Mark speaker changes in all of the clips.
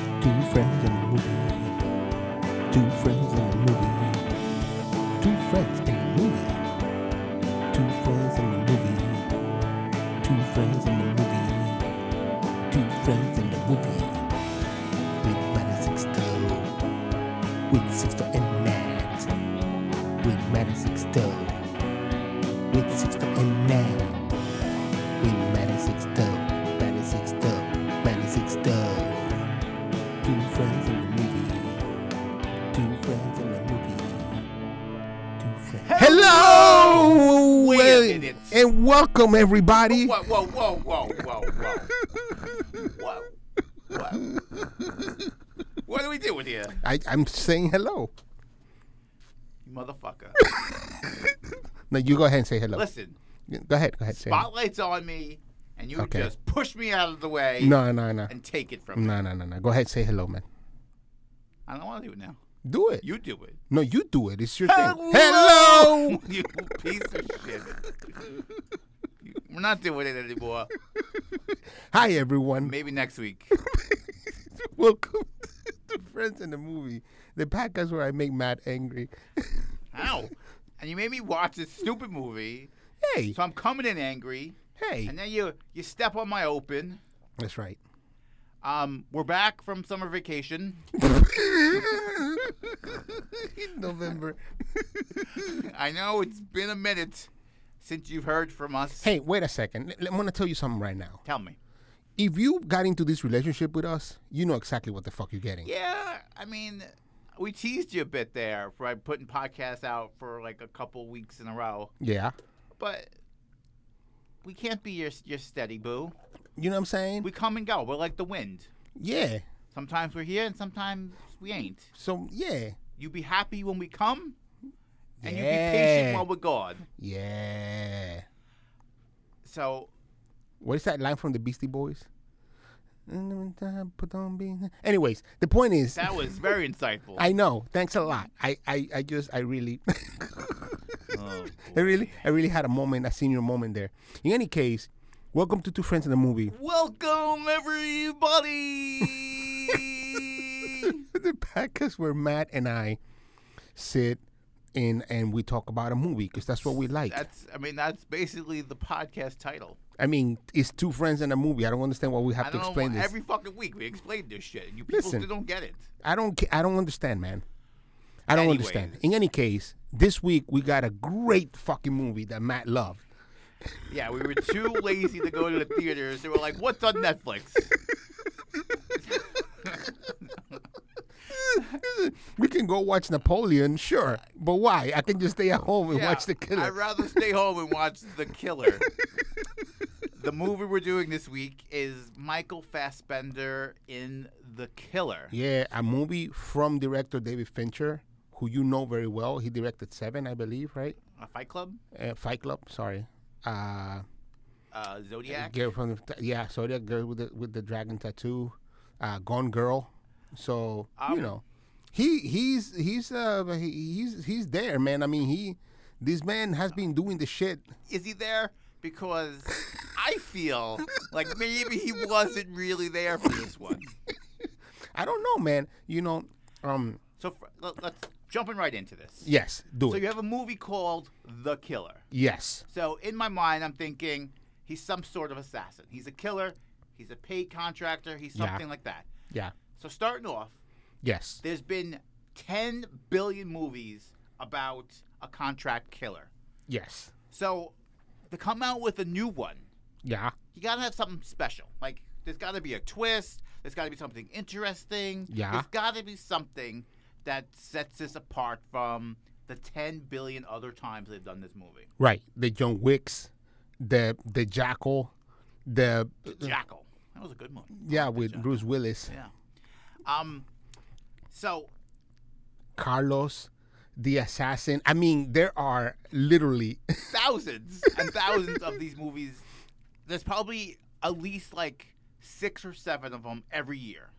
Speaker 1: friends in a movie. Two friends in a movie. Two friends in a movie. Two friends in a movie. Two friends in a movie. Two friends in a movie. With Matt Sixto. With Sixto and Matt. With Matt Sixto. With Sixto and Matt. With Matt Sixto. Matt Sixto. Matt Sixto. Two friends in the movie. Two friends in the movie. Two friends. Hello!
Speaker 2: Wait a minute.
Speaker 1: and welcome, everybody.
Speaker 2: Whoa, whoa, whoa, whoa, whoa, whoa. whoa. Whoa. What are we doing here?
Speaker 1: I, I'm saying hello.
Speaker 2: You motherfucker.
Speaker 1: No, you go ahead and say hello.
Speaker 2: Listen,
Speaker 1: go ahead, go ahead. Say hello.
Speaker 2: spotlight's on me, and you
Speaker 1: Okay.
Speaker 2: just push me out of the way
Speaker 1: No, no, no.
Speaker 2: and take it from me.
Speaker 1: No, no, no, no. Go ahead, say hello, man.
Speaker 2: I don't want to do it now.
Speaker 1: Do it.
Speaker 2: You do it.
Speaker 1: no, you do it. It's your thing. Hello!
Speaker 2: you piece of shit. We're not doing it anymore.
Speaker 1: Hi, everyone.
Speaker 2: Maybe next week.
Speaker 1: Welcome to Friends in the Movie, the podcast where I make Matt angry.
Speaker 2: How? And you made me watch this stupid movie,
Speaker 1: Hey,
Speaker 2: so I'm coming in angry.
Speaker 1: hey.
Speaker 2: And then you you step on my open.
Speaker 1: That's right.
Speaker 2: Um, we're back from summer vacation.
Speaker 1: in November.
Speaker 2: I know it's been a minute since you've heard from us.
Speaker 1: hey, wait a second. L- I'm gonna tell you something right now.
Speaker 2: Tell me.
Speaker 1: If you got into this relationship with us, you know exactly what the fuck you're getting.
Speaker 2: Yeah, I mean, we teased you a bit there by putting podcasts out for like a couple weeks in a row,
Speaker 1: Yeah.
Speaker 2: but we can't be your your steady boo.
Speaker 1: You know what I'm saying?
Speaker 2: We come and go. We're like the wind.
Speaker 1: yeah.
Speaker 2: Sometimes we're here and sometimes we ain't.
Speaker 1: So yeah.
Speaker 2: You be happy when we come, and you be
Speaker 1: Yeah.
Speaker 2: patient while we're gone.
Speaker 1: Yeah.
Speaker 2: So
Speaker 1: What is that line from the Beastie Boys? Anyways, the point is
Speaker 2: that was very insightful.
Speaker 1: I know. Thanks a lot. I, I, I just I really
Speaker 2: Oh,
Speaker 1: I really I really had a moment, a senior moment there. In any case, welcome to Two Friends in the Movie.
Speaker 2: Welcome, everybody.
Speaker 1: the podcast where Matt and I sit in and we talk about a movie because that's what we like.
Speaker 2: that's, I mean, that's basically the podcast title.
Speaker 1: I mean, it's two friends in a movie. I don't understand why we have
Speaker 2: I
Speaker 1: to
Speaker 2: don't
Speaker 1: explain
Speaker 2: know.
Speaker 1: this.
Speaker 2: Every fucking week we explain this shit, and you people
Speaker 1: Listen.
Speaker 2: still don't get it.
Speaker 1: I don't. ca- I don't understand, man. I don't
Speaker 2: Anyways.
Speaker 1: understand. In any case, this week we got a great fucking movie that Matt loved.
Speaker 2: Yeah, we were too lazy to go to the theaters. They were like, "What's on Netflix?"
Speaker 1: we can go watch Napoleon, sure, but why? I can just stay at home and
Speaker 2: Yeah,
Speaker 1: watch The Killer.
Speaker 2: I'd rather stay home and watch The Killer. the movie we're doing this week is Michael Fassbender in The Killer.
Speaker 1: Yeah, a movie from director David Fincher, who you know very well. He directed Seven, I believe, right?
Speaker 2: A Fight Club,
Speaker 1: uh, Fight Club. Sorry. Uh,
Speaker 2: uh, Zodiac.
Speaker 1: girl from the, yeah, so that girl with the with the dragon tattoo, uh, Gone Girl. So you
Speaker 2: Um,
Speaker 1: know, he he's he's uh he, he's he's there, man. I mean, he this man has been doing the shit.
Speaker 2: is he there? Because I feel like maybe he wasn't really there for this one.
Speaker 1: I don't know, man. You know, um,
Speaker 2: So fr- let- let's jumping right into this.
Speaker 1: yes, do
Speaker 2: So
Speaker 1: it.
Speaker 2: you have a movie called The Killer.
Speaker 1: yes,
Speaker 2: So in my mind, I'm thinking he's some sort of assassin. He's a killer. He's a paid contractor. He's
Speaker 1: Yeah.
Speaker 2: something like that.
Speaker 1: yeah,
Speaker 2: So starting off,
Speaker 1: yes,
Speaker 2: there's been 10 billion movies about a contract killer.
Speaker 1: yes,
Speaker 2: So to come out with a new one
Speaker 1: yeah,
Speaker 2: you gotta have something special. Like there's gotta be a twist. There's gotta be something interesting.
Speaker 1: Yeah.
Speaker 2: There's gotta be something that sets this apart from the 10 billion other times they've done this movie.
Speaker 1: right. The John Wicks, the the Jackal, the
Speaker 2: Jackal. That was a good movie.
Speaker 1: yeah with Bruce Willis.
Speaker 2: Yeah. Um. So
Speaker 1: Carlos, the assassin. I mean, there are literally
Speaker 2: thousands and thousands of these movies. There's probably at least like six or seven of them every year.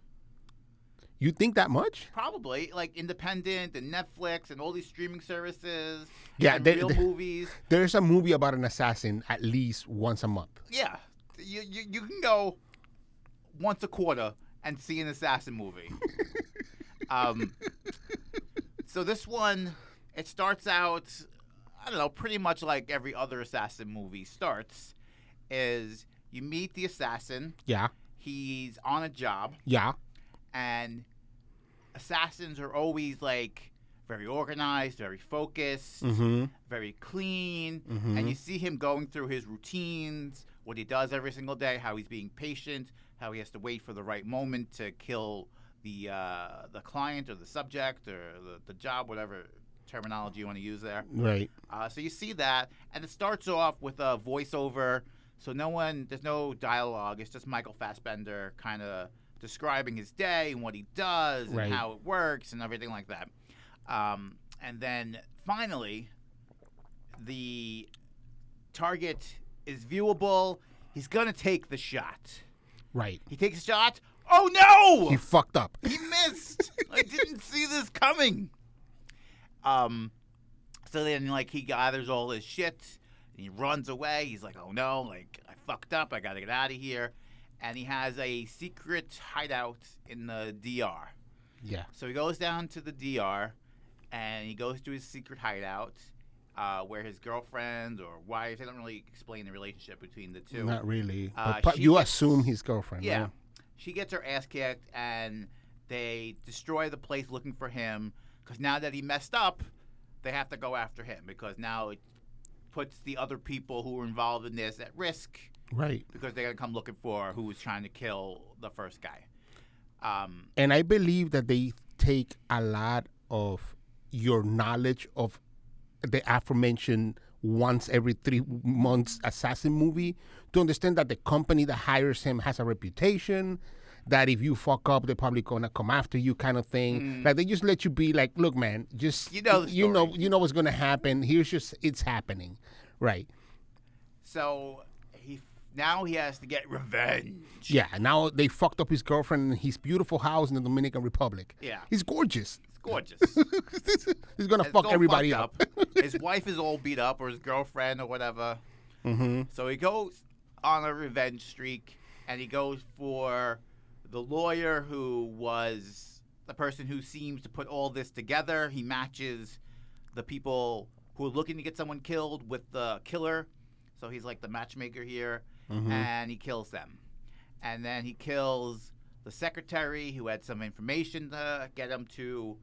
Speaker 1: you think that much?
Speaker 2: Probably like independent and Netflix and all these streaming services.
Speaker 1: Yeah,
Speaker 2: and
Speaker 1: they-
Speaker 2: real
Speaker 1: they-
Speaker 2: movies.
Speaker 1: There's a movie about an assassin at least once a month.
Speaker 2: yeah, you, you, you can go once a quarter and see an assassin movie. um, so this one, it starts out, I don't know, pretty much like every other assassin movie starts, is you meet the assassin.
Speaker 1: Yeah.
Speaker 2: He's on a job,
Speaker 1: Yeah.
Speaker 2: and assassins are always like very organized, very focused,
Speaker 1: Mm-hmm.
Speaker 2: very clean
Speaker 1: Mm-hmm.
Speaker 2: and you see him going through his routines, what he does every single day, how he's being patient, how he has to wait for the right moment to kill the uh, the client or the subject or the, the job, whatever terminology you want to use there.
Speaker 1: right.
Speaker 2: Uh, so you see that, and it starts off with a voiceover. So no one, there's no dialogue. It's just Michael Fassbender kind of describing his day and what he does
Speaker 1: Right.
Speaker 2: and how it works and everything like that. Um, and then finally, the target is viewable. He's gonna take the shot.
Speaker 1: Right.
Speaker 2: He takes a shot. Oh no!
Speaker 1: He fucked up.
Speaker 2: He missed. I didn't see this coming. Um, so then like he gathers all his shit and he runs away. He's like, oh no, like I fucked up. I gotta get out of here. And he has a secret hideout in the DR.
Speaker 1: Yeah.
Speaker 2: So he goes down to the DR and he goes to his secret hideout. Uh, where his girlfriend or wife, they don't really explain the relationship between the two.
Speaker 1: Not really.
Speaker 2: Uh,
Speaker 1: but, but
Speaker 2: she
Speaker 1: you
Speaker 2: gets-
Speaker 1: assume he's girlfriend.
Speaker 2: Yeah.
Speaker 1: right?
Speaker 2: She gets her ass kicked, and they destroy the place looking for him because now that he messed up, they have to go after him because now it puts the other people who were involved in this at risk
Speaker 1: Right.
Speaker 2: because they're going to come looking for who was trying to kill the first guy. Um,
Speaker 1: And I believe that they take a lot of your knowledge of the aforementioned once every three months assassin movie to understand that the company that hires him has a reputation that if you fuck up they're probably gonna come after you kind of thing like they just let you be like look man just
Speaker 2: Mm. You know the
Speaker 1: you know
Speaker 2: story.
Speaker 1: you know what's gonna happen here's just it's happening right
Speaker 2: so he now he has to get revenge.
Speaker 1: yeah now they fucked up his girlfriend and his beautiful house in the dominican republic
Speaker 2: Yeah.
Speaker 1: he's gorgeous
Speaker 2: It's gorgeous.
Speaker 1: he's gonna
Speaker 2: It's
Speaker 1: fuck
Speaker 2: all
Speaker 1: everybody
Speaker 2: fucked
Speaker 1: up.
Speaker 2: his wife is all beat up, or his girlfriend, or whatever.
Speaker 1: Mm-hmm.
Speaker 2: So he goes on a revenge streak, and he goes for the lawyer who was the person who seems to put all this together. He matches the people who are looking to get someone killed with the killer. So he's like the matchmaker here,
Speaker 1: Mm-hmm.
Speaker 2: and he kills them. And then he kills the secretary who had some information to get him to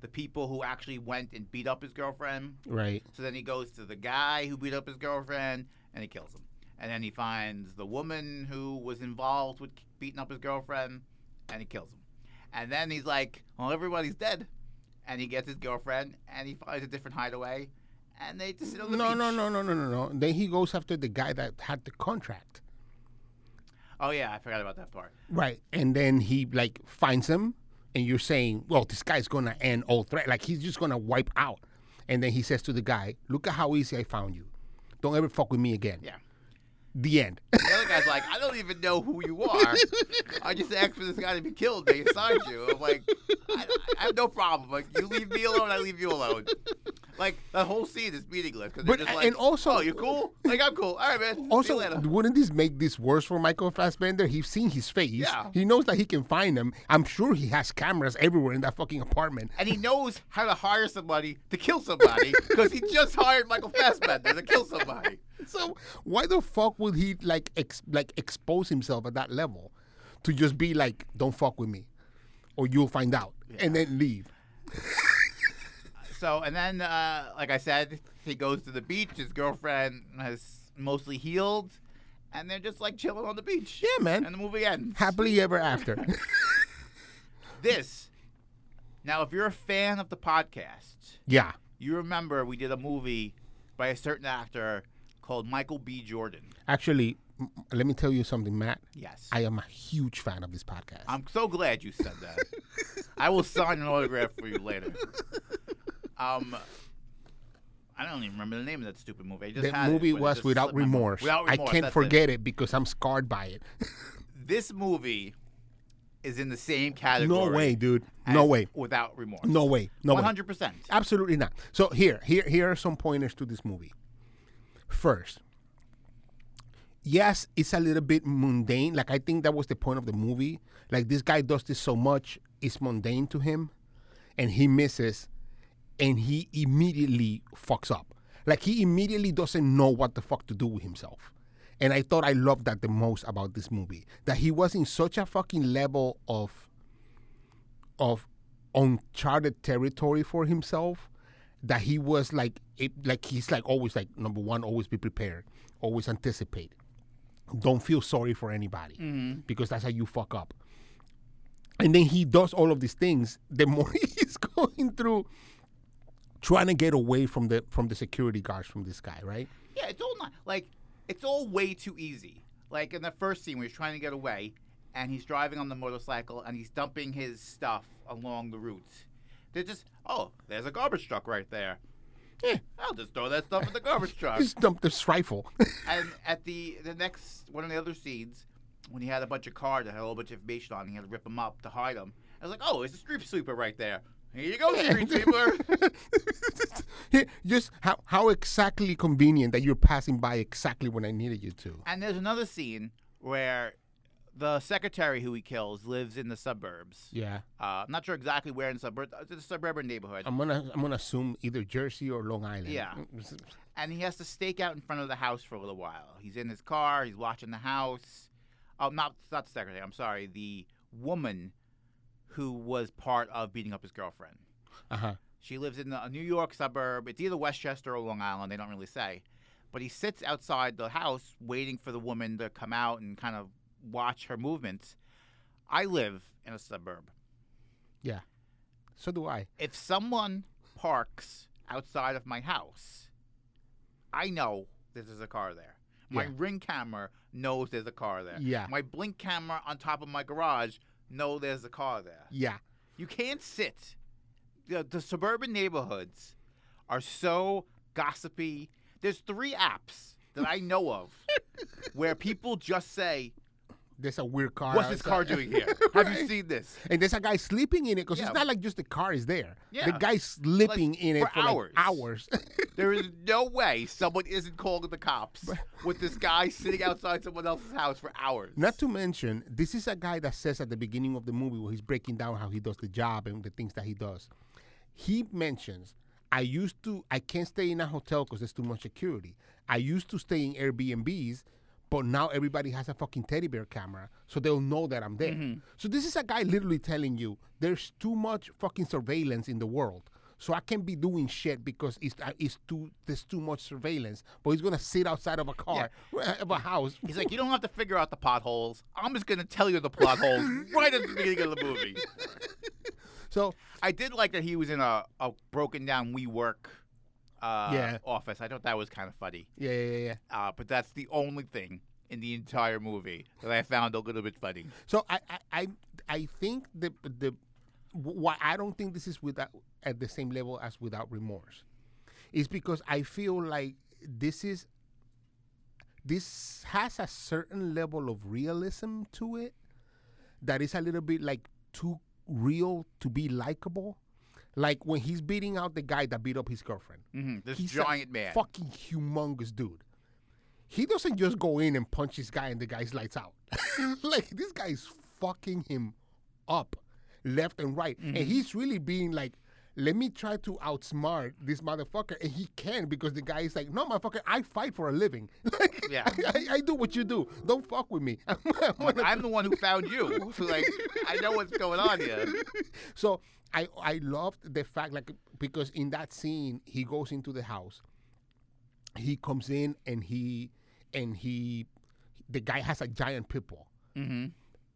Speaker 2: the people who actually went and beat up his girlfriend.
Speaker 1: Right.
Speaker 2: So then he goes to the guy who beat up his girlfriend and he kills him. And then he finds the woman who was involved with beating up his girlfriend and he kills him. And then he's like, well, everybody's dead. And he gets his girlfriend and he finds a different hideaway and they just sit on the
Speaker 1: No,
Speaker 2: beach.
Speaker 1: no, no, no, no, no, no. Then he goes after the guy that had the contract.
Speaker 2: Oh, yeah, I forgot about that part.
Speaker 1: Right. And then he like finds him and you're saying, Well, this guy's gonna end all threat. Like he's just gonna wipe out. And then he says to the guy, Look at how easy I found you. Don't ever fuck with me again.
Speaker 2: Yeah.
Speaker 1: The end.
Speaker 2: The other guy's like, I don't even know who you are. I just asked for this guy to be killed. They assigned you. I'm like, I, I have no problem. Like, you leave me alone, I leave you alone. Like, the whole scene is meaningless. Cause they're
Speaker 1: But-
Speaker 2: just like,
Speaker 1: and also-
Speaker 2: oh, you cool? Like, I'm cool. All right, man. See
Speaker 1: Also,
Speaker 2: you later.
Speaker 1: wouldn't this make this worse for Michael Fassbender? He's seen his face.
Speaker 2: Yeah.
Speaker 1: He knows that he can find him. I'm sure he has cameras everywhere in that fucking apartment.
Speaker 2: And he knows how to hire somebody to kill somebody because he just hired Michael Fassbender to kill somebody.
Speaker 1: So why the fuck would he like ex- like expose himself at that level to just be like, "Don't fuck with me, or you'll find out," and then leave?
Speaker 2: So, and then, uh, like I said, he goes to the beach. His girlfriend has mostly healed, and they're just like chilling on the beach.
Speaker 1: Yeah, man.
Speaker 2: And the movie ends.
Speaker 1: Happily ever after.
Speaker 2: this. Now, if you're a fan of the podcast,
Speaker 1: yeah.
Speaker 2: you remember we did a movie by a certain actor called Michael B. Jordan.
Speaker 1: Actually, m- let me tell you something, Matt.
Speaker 2: Yes.
Speaker 1: I am a huge fan of this podcast.
Speaker 2: I'm so glad you said that. I will sign an autograph for you later. Um, I don't even remember the name of that stupid movie. I just
Speaker 1: the
Speaker 2: had it,
Speaker 1: movie
Speaker 2: but it
Speaker 1: was
Speaker 2: just
Speaker 1: without
Speaker 2: slipped my mind.
Speaker 1: remorse.
Speaker 2: Without remorse.
Speaker 1: I can't
Speaker 2: that's it.
Speaker 1: forget it. because I'm scarred by it.
Speaker 2: This movie is in the same category.
Speaker 1: no way, dude.
Speaker 2: as
Speaker 1: No way.
Speaker 2: Without remorse.
Speaker 1: No way. No way.
Speaker 2: 100%.
Speaker 1: Absolutely not. So here, here, here are some pointers to this movie. First, yes, it's a little bit mundane. Like I think that was the point of the movie. Like this guy does this so much, it's mundane to him, and he misses, and he immediately fucks up. Like he immediately doesn't know what the fuck to do with himself. And I thought I loved that the most about this movie. That he was in such a fucking level of of uncharted territory for himself that he was like it, like he's like always like number one always be prepared always anticipate don't feel sorry for anybody because that's how you fuck up and then he does all of these things the more he's going through trying to get away from the from the security guards from this guy right
Speaker 2: Yeah, it's all not like it's all way too easy. Like in the first scene, where he's trying to get away, and he's driving on the motorcycle, and he's dumping his stuff along the route. They're just, oh, there's a garbage truck right there.
Speaker 1: Yeah.
Speaker 2: I'll just throw that stuff in the garbage truck.
Speaker 1: just dump Eh, this rifle
Speaker 2: and at the the next one of the other scenes, when he had a bunch of cards that had a whole bunch of information on, it, he had to rip them up to hide them. I was like, oh, it's a street sweeper right there. Here you go, street sweeper.
Speaker 1: Yeah, just how how exactly convenient that you're passing by exactly when I needed you to.
Speaker 2: And there's another scene where the secretary who he kills lives in the suburbs.
Speaker 1: Yeah,
Speaker 2: Uh, I'm not sure exactly where in suburb, it's a suburban neighborhood.
Speaker 1: I'm gonna I'm gonna assume either Jersey or Long Island.
Speaker 2: Yeah. and he has to stake out in front of the house for a little while. He's in his car. He's watching the house. Oh, not not the secretary. I'm sorry. The woman who was part of beating up his girlfriend.
Speaker 1: Uh huh.
Speaker 2: She lives in a New York suburb. It's either Westchester or Long Island. They don't really say. But he sits outside the house waiting for the woman to come out and kind of watch her movements. I live in a suburb.
Speaker 1: Yeah. So do I.
Speaker 2: If someone parks outside of my house, I know this is a car there. My
Speaker 1: Yeah.
Speaker 2: ring camera knows there's a car there.
Speaker 1: Yeah.
Speaker 2: My blink camera on top of my garage know there's a car there.
Speaker 1: Yeah.
Speaker 2: You can't sit. The, the suburban neighborhoods are so gossipy. There's three apps that I know of where people just say,
Speaker 1: There's a weird car.
Speaker 2: "What's this car
Speaker 1: outside.
Speaker 2: doing here? Have you seen this?"
Speaker 1: And there's a guy sleeping in it because
Speaker 2: Yeah.
Speaker 1: it's not like just the car is there.
Speaker 2: Yeah.
Speaker 1: The guy's sleeping in it
Speaker 2: for
Speaker 1: for, like,
Speaker 2: hours.
Speaker 1: hours.
Speaker 2: There is no way someone isn't calling the cops with this guy sitting outside someone else's house for hours.
Speaker 1: Not to mention, this is a guy that says at the beginning of the movie where he's breaking down how he does the job and the things that he does. He mentions, I used to, I can't stay in a hotel because there's too much security. I used to stay in Airbnbs, but now everybody has a fucking teddy bear camera, so they'll know that I'm there. So this is a guy literally telling you, there's too much fucking surveillance in the world. So I can't be doing shit because it's, uh, it's too there's too much surveillance. But he's gonna sit outside of a car, of a house.
Speaker 2: He's like, you don't have to figure out the potholes. I'm just gonna tell you the plot holes right at the beginning of the movie.
Speaker 1: So
Speaker 2: I did like that he was in a, a broken down WeWork uh,
Speaker 1: Yeah.
Speaker 2: office. I thought that was kind of funny.
Speaker 1: yeah, yeah, yeah, yeah.
Speaker 2: Uh, but that's the only thing in the entire movie that I found a little bit funny.
Speaker 1: So I I I, I think the the wh- why I don't think this is without at the same level as without remorse is because I feel like this is this has a certain level of realism to it that is a little bit like too real to be likable. Like when he's beating out the guy that beat up his girlfriend.
Speaker 2: hmm This
Speaker 1: He's a
Speaker 2: giant man.
Speaker 1: fucking humongous dude. He doesn't just go in and punch this guy and the guy's lights out. like this guy's fucking him up left and right.
Speaker 2: Mm-hmm.
Speaker 1: And he's really being like, let me try to outsmart this motherfucker. And he can because the guy is like, no, motherfucker, I fight for a living. Like,
Speaker 2: Yeah.
Speaker 1: I, I do what you do. Don't fuck with me. I'm
Speaker 2: Like,
Speaker 1: gonna-
Speaker 2: I'm the one who found you. So, like, I know what's going on here.
Speaker 1: so I I loved the fact like because in that scene he goes into the house, he comes in and he and he the guy has a giant pit bull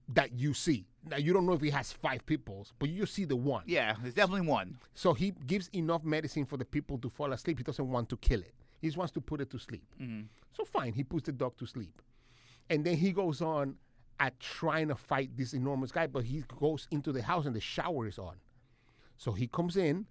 Speaker 1: that you see. Now you don't know if he has five pitbulls, but you see the one.
Speaker 2: Yeah, there's definitely one.
Speaker 1: So he gives enough medicine for the people to fall asleep. He doesn't want to kill it. He just wants to put it to sleep. So fine, he puts the dog to sleep. And then he goes on at trying to fight this enormous guy, but he goes into the house and the shower is on. So he comes in,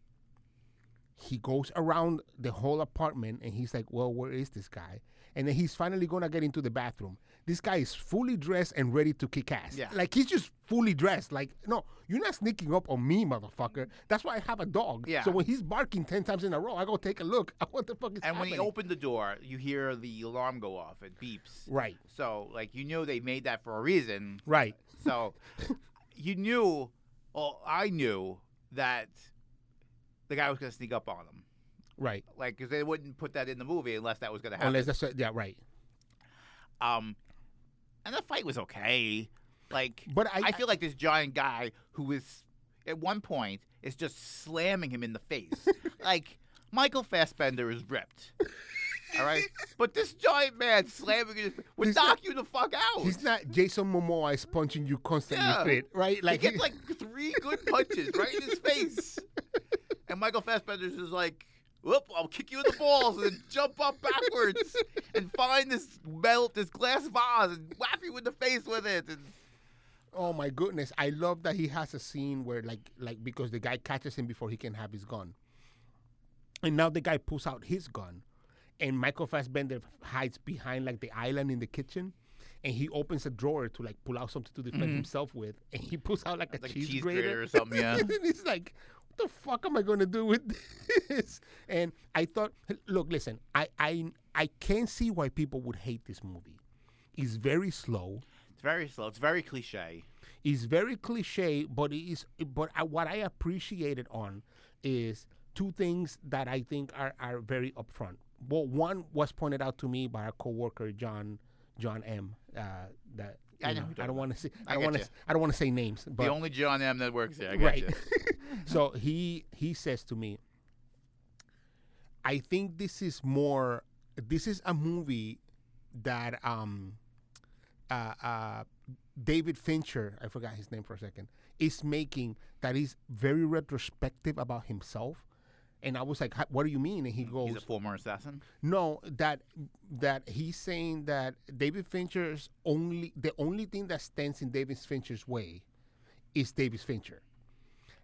Speaker 1: he goes around the whole apartment and he's like, Well, where is this guy? and then he's finally gonna get into the bathroom. This guy is fully dressed and ready to kick ass.
Speaker 2: Yeah.
Speaker 1: Like he's just fully dressed. Like, no, you're not sneaking up on me, motherfucker. That's why I have a dog.
Speaker 2: Yeah.
Speaker 1: So when he's barking ten times in a row, I go take a look. What the fuck is
Speaker 2: And when
Speaker 1: happening?
Speaker 2: he opened the door, you hear the alarm go off. It beeps.
Speaker 1: Right.
Speaker 2: So, like, you knew they made that for a reason.
Speaker 1: Right.
Speaker 2: So, you knew, well, I knew that the guy was going to sneak up on him.
Speaker 1: Right.
Speaker 2: Like, because they wouldn't put that in the movie unless that was going to happen.
Speaker 1: Unless that's yeah, right.
Speaker 2: Um, and the fight was okay. Like,
Speaker 1: But I-
Speaker 2: I feel like this giant guy who is at one point is just slamming him in the face. like Michael Fassbender is ripped. All right, but this giant man slamming you would
Speaker 1: He's
Speaker 2: knock
Speaker 1: not-
Speaker 2: you the fuck out.
Speaker 1: He's not Jason Momoa is punching you constantly
Speaker 2: Yeah.
Speaker 1: fit, right?
Speaker 2: Like
Speaker 1: Like
Speaker 2: he gets like three good punches right in his face, and Michael Fassbender's is like, "Whoop! I'll kick you in the balls and jump up backwards and find this metal, this glass vase, and whap you in the face with it." And
Speaker 1: Oh my goodness! I love that he has a scene where, like, like because the guy catches him before he can have his gun, and now the guy pulls out his gun, and Michael Fassbender hides behind like the island in the kitchen, and he opens a drawer to like pull out something to defend himself with, and he pulls out like a
Speaker 2: Mm-hmm. like
Speaker 1: cheese,
Speaker 2: cheese
Speaker 1: grater.
Speaker 2: grater or something, yeah.
Speaker 1: and he's like, "What the fuck am I gonna do with this?" And I thought, look, listen, I I I can see why people would hate this movie. It's very slow.
Speaker 2: It's very slow. It's very cliche.
Speaker 1: It's very cliche, but it is. But I, what I appreciate it on is two things that I think are, are very upfront. Well, one was pointed out to me by our coworker John John M. Uh, that
Speaker 2: I
Speaker 1: you
Speaker 2: know who you're
Speaker 1: I don't want to say.
Speaker 2: I
Speaker 1: I don't
Speaker 2: get
Speaker 1: want
Speaker 2: you.
Speaker 1: to. I don't want to say names. But
Speaker 2: the only John M that works there. I got you.
Speaker 1: so he he says to me, I think this is more. This is a movie that um, uh, uh, David Fincher, I forgot his name for a second, is making that is very retrospective about himself. And I was like, "Huh, "What do you mean?" And he goes,
Speaker 2: Mm, He's a former assassin.
Speaker 1: no, that that he's saying that David Fincher's only the only thing that stands in David Fincher's way is David Fincher.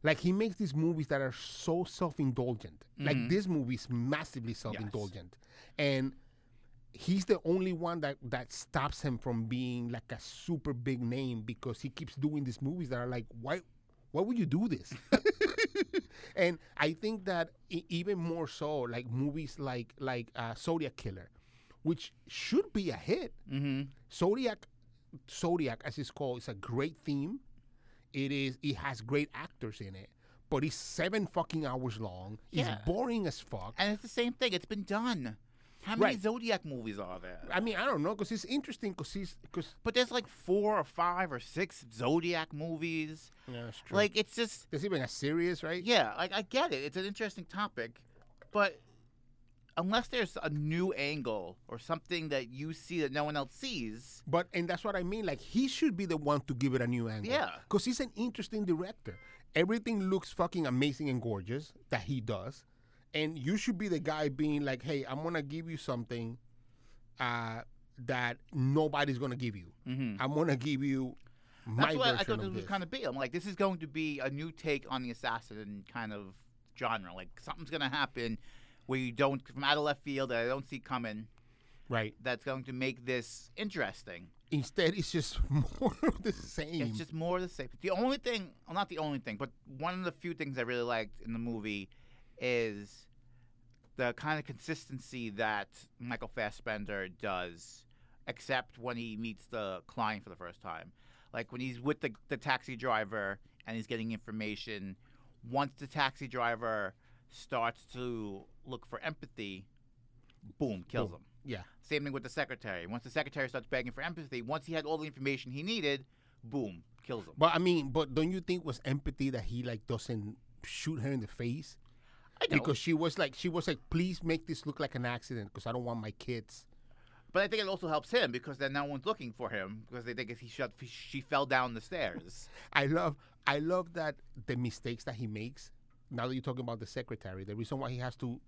Speaker 1: Like he makes these movies that are so self-indulgent. Like this movie is massively self-indulgent, and he's the only one that that stops him from being like a super big name because he keeps doing these movies that are like why why would you do this and i think that e- even more so like movies like like uh, zodiac killer which should be a hit
Speaker 2: Mm-hmm.
Speaker 1: zodiac zodiac as it's called is a great theme it is it has great actors in it but it's seven fucking hours long
Speaker 2: Yeah.
Speaker 1: it's boring as fuck
Speaker 2: And it's the same thing. It's been done. How many
Speaker 1: Right.
Speaker 2: Zodiac movies are there?
Speaker 1: i mean i don't know because it's interesting because he's because
Speaker 2: But there's like four or five or six Zodiac movies.
Speaker 1: yeah, it's
Speaker 2: Like it's just
Speaker 1: There's even a series, right?
Speaker 2: yeah, like I get it. It's an interesting topic, but unless there's a new angle or something that you see that no one else sees,
Speaker 1: But and that's what I mean. Like he should be the one to give it a new angle.
Speaker 2: Yeah.
Speaker 1: Because he's an interesting director. Everything looks fucking amazing and gorgeous that he does. And you should be the guy being like, hey, I'm gonna give you something uh that nobody's gonna give you. I'm gonna give you my
Speaker 2: Mm-hmm. that's what
Speaker 1: version
Speaker 2: I thought
Speaker 1: of
Speaker 2: this was
Speaker 1: this.
Speaker 2: kind of be. I'm like, this is going to be a new take on the assassin kind of genre. Like something's gonna happen where you don't from out of left field that I don't see coming.
Speaker 1: right.
Speaker 2: That's going to make this interesting.
Speaker 1: Instead, it's just more of the same.
Speaker 2: It's just more of the same. The only thing, well, not the only thing, but one of the few things I really liked in the movie is the kind of consistency that Michael Fassbender does, except when he meets the client for the first time. Like when he's with the, the taxi driver and he's getting information, once the taxi driver starts to look for empathy, boom, kills
Speaker 1: Boom.
Speaker 2: him.
Speaker 1: yeah.
Speaker 2: Same thing with the secretary. Once the secretary starts begging for empathy, once he had all the information he needed, boom, kills him.
Speaker 1: But I mean, but don't you think was empathy that he like doesn't shoot her in the face?
Speaker 2: I know,
Speaker 1: because she was like she was like please make this look like an accident because i don't want my kids
Speaker 2: but I think it also helps him because then no one's looking for him because they think he shut, she fell down the stairs.
Speaker 1: i love i love that the mistakes that he makes now that you're talking about the secretary the reason why he has to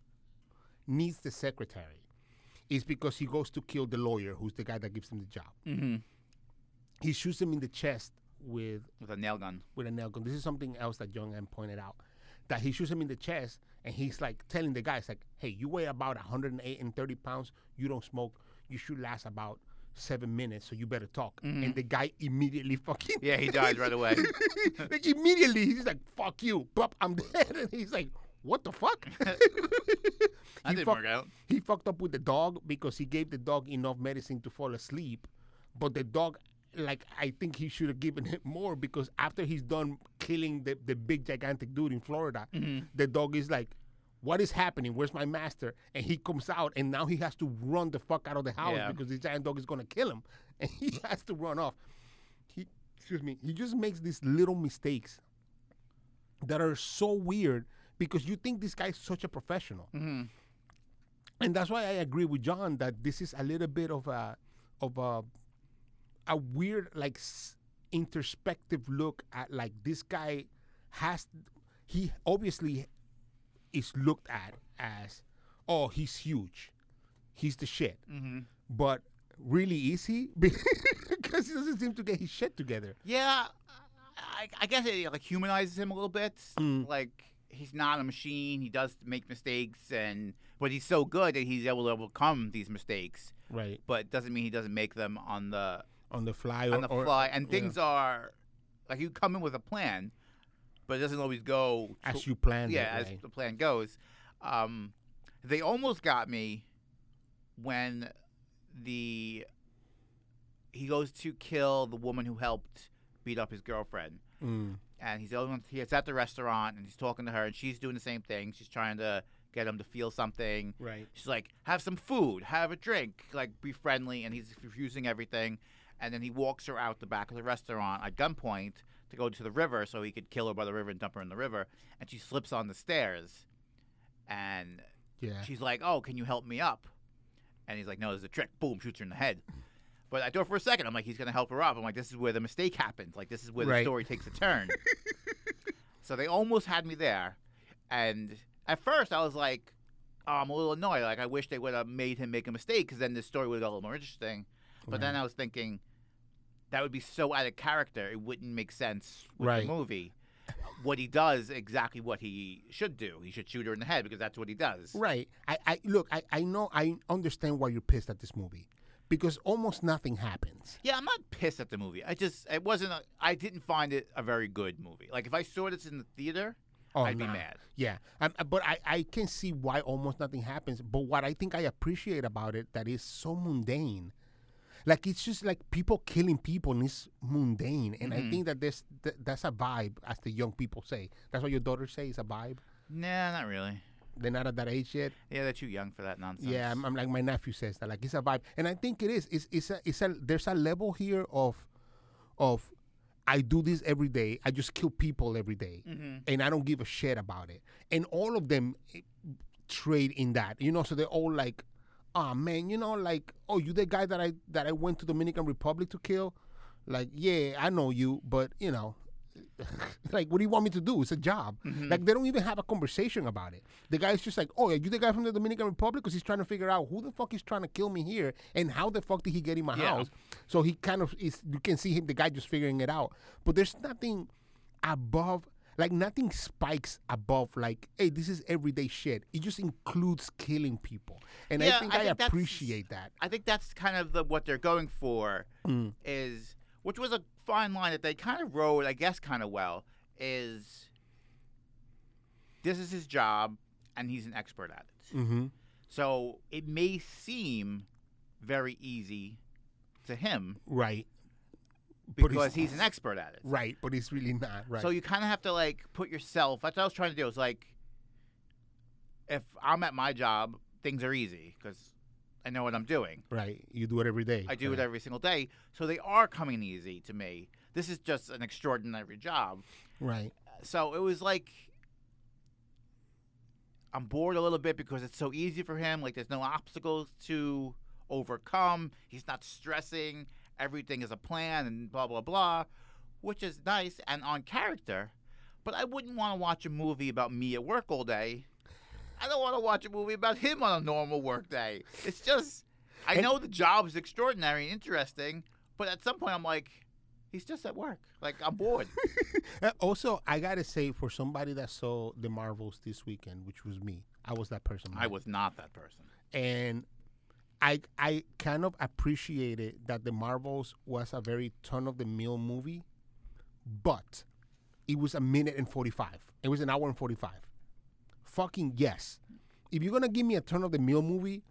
Speaker 1: needs the secretary is because he goes to kill the lawyer who's the guy that gives him the job
Speaker 2: Mm-hmm.
Speaker 1: he shoots him in the chest with
Speaker 2: With a nail gun.
Speaker 1: with a nail gun this is something else that young M pointed out that he shoots him in the chest and he's like telling the guy it's like hey you weigh about 108 and 30 pounds you don't smoke you should last about seven minutes, so you better talk. And the guy immediately fucking
Speaker 2: Yeah, he died right away.
Speaker 1: like immediately he's like, "Fuck you, pup, I'm dead," and he's like, "What the fuck?"
Speaker 2: That
Speaker 1: He
Speaker 2: didn't
Speaker 1: fuck-
Speaker 2: work out.
Speaker 1: He fucked up with the dog because he gave the dog enough medicine to fall asleep, but the dog, like, I think he should have given him more because after he's done killing the, the big gigantic dude in Florida, the dog is like. What is happening? Where's my master? And he comes out, and now he has to run the fuck out of the house
Speaker 2: Yeah.
Speaker 1: because this giant dog is gonna kill him, and he has to run off. He, excuse me, he just makes these little mistakes that are so weird because you think this guy's such a professional. And that's why I agree with John that this is a little bit of a of a a weird like s- introspective look at like this guy has he obviously is looked at as oh he's huge he's the shit
Speaker 2: Mm-hmm.
Speaker 1: but really is he because he doesn't seem to get his shit together
Speaker 2: Yeah, I, I guess it like humanizes him a little bit. Like he's not a machine. He does make mistakes, and but he's so good that he's able to overcome these mistakes.
Speaker 1: right
Speaker 2: But it doesn't mean he doesn't make them on the
Speaker 1: on the fly or,
Speaker 2: on the
Speaker 1: or-
Speaker 2: fly. And
Speaker 1: yeah.
Speaker 2: things are like you come in with a plan, but it doesn't always go to-
Speaker 1: as you planned it,
Speaker 2: yeah, as
Speaker 1: right?
Speaker 2: the plan goes. Um, they almost got me when the he goes to kill the woman who helped beat up his girlfriend,
Speaker 1: Mm.
Speaker 2: and he's the only one. He's at the restaurant and he's talking to her, and she's doing the same thing. She's trying to get him to feel something.
Speaker 1: right
Speaker 2: She's like, "Have some food, have a drink, like be friendly," and he's refusing everything. And then he walks her out the back of the restaurant at gunpoint to go to the river so he could kill her by the river and dump her in the river. And she slips on the stairs, and
Speaker 1: yeah
Speaker 2: she's like, "Oh, can you help me up?" And he's like, "No, there's a trick." Boom, shoots her in the head. But I thought for a second, I'm like, "He's gonna help her up." I'm like, "This is where the mistake happened. Like, this is where
Speaker 1: Right.
Speaker 2: the story takes a turn." so they almost had me there, and at first I was like, oh, "I'm a little annoyed. Like, I wish they would have made him make a mistake, because then the story would have got a little more interesting." But then I was thinking, that would be so out of character; it wouldn't make sense with
Speaker 1: Right.
Speaker 2: the movie. What he does exactly what he should do. He should shoot her in the head because that's what he does.
Speaker 1: Right. I, I look. I, I know. I understand why you're pissed at this movie, because almost nothing happens.
Speaker 2: Yeah, I'm not pissed at the movie. I just it wasn't. A, I didn't find it a very good movie. Like if I saw this in the theater,
Speaker 1: Oh,
Speaker 2: I'd be
Speaker 1: nah.
Speaker 2: mad.
Speaker 1: Yeah. Um, uh, but I, I can see why almost nothing happens. But what I think I appreciate about it that is so mundane, like it's just like people killing people and it's mundane. And
Speaker 2: Mm-hmm.
Speaker 1: I think that this th- that's a vibe, as the young people say. That's what your daughter say is a vibe.
Speaker 2: Nah, not really.
Speaker 1: They're not at that age yet.
Speaker 2: Yeah, they're too young for that nonsense.
Speaker 1: Yeah, I'm, I'm like my nephew says that. Like it's a vibe, and I think it is. It's it's a it's a there's a level here of of I do this every day. I just kill people every day. and I don't give a shit about it. And all of them eh, trade in that, you know. So they're all like, "Ah, man, you know, like, oh, you the guy that I that I went to Dominican Republic to kill." Like, yeah, I know you, but you know, like, what do you want me to do? It's a job. Like, they don't even have a conversation about it. The guy's just like, oh, are you the guy from the Dominican Republic? Because he's trying to figure out who the fuck is trying to kill me here and how the fuck did he get in my
Speaker 2: Yeah.
Speaker 1: house. So he kind of is, you can see him, the guy just figuring it out. But there's nothing above, like, nothing spikes above, like, hey, this is everyday shit. It just includes killing people. And I
Speaker 2: Yeah,
Speaker 1: think
Speaker 2: I
Speaker 1: I,
Speaker 2: think that's-
Speaker 1: appreciate that.
Speaker 2: I think that's kind of the what they're going for
Speaker 1: Mm.
Speaker 2: is which was a fine line that they kind of rode, I guess, kind of well. Is this is his job, and he's an expert at it.
Speaker 1: Mm-hmm.
Speaker 2: So it may seem very easy to him
Speaker 1: Right. But it's-
Speaker 2: because he's an expert at it.
Speaker 1: Right, but it's really not. Right.
Speaker 2: So you kind of have to like put yourself. That's what I was trying to do. It's like, if I'm at my job, things are easy because I know what I'm doing.
Speaker 1: right. You do it every day.
Speaker 2: I do it
Speaker 1: Right.
Speaker 2: every single day, so they are coming easy to me. This is just an extraordinary job.
Speaker 1: Right.
Speaker 2: So it was like. I'm bored a little bit because it's so easy for him. Like, there's no obstacles to overcome. He's not stressing. Everything is a plan and blah, blah, blah, which is nice and on character. But I wouldn't want to watch a movie about me at work all day. I don't want to watch a movie about him on a normal work day. It's just, I
Speaker 1: And-
Speaker 2: know the job is extraordinary and interesting, but at some point I'm like, he's just at work. Like, I'm bored.
Speaker 1: Uh, also, I gotta say, for somebody that saw the Marvels this weekend, which was me, I was that person.
Speaker 2: I
Speaker 1: man.
Speaker 2: was not that person.
Speaker 1: and I I kind of appreciated that the Marvels was a very turn of the mill movie, but it was a minute and forty five. It was an hour and forty five. Fucking yes. If you're gonna give me a turn of the mill movie,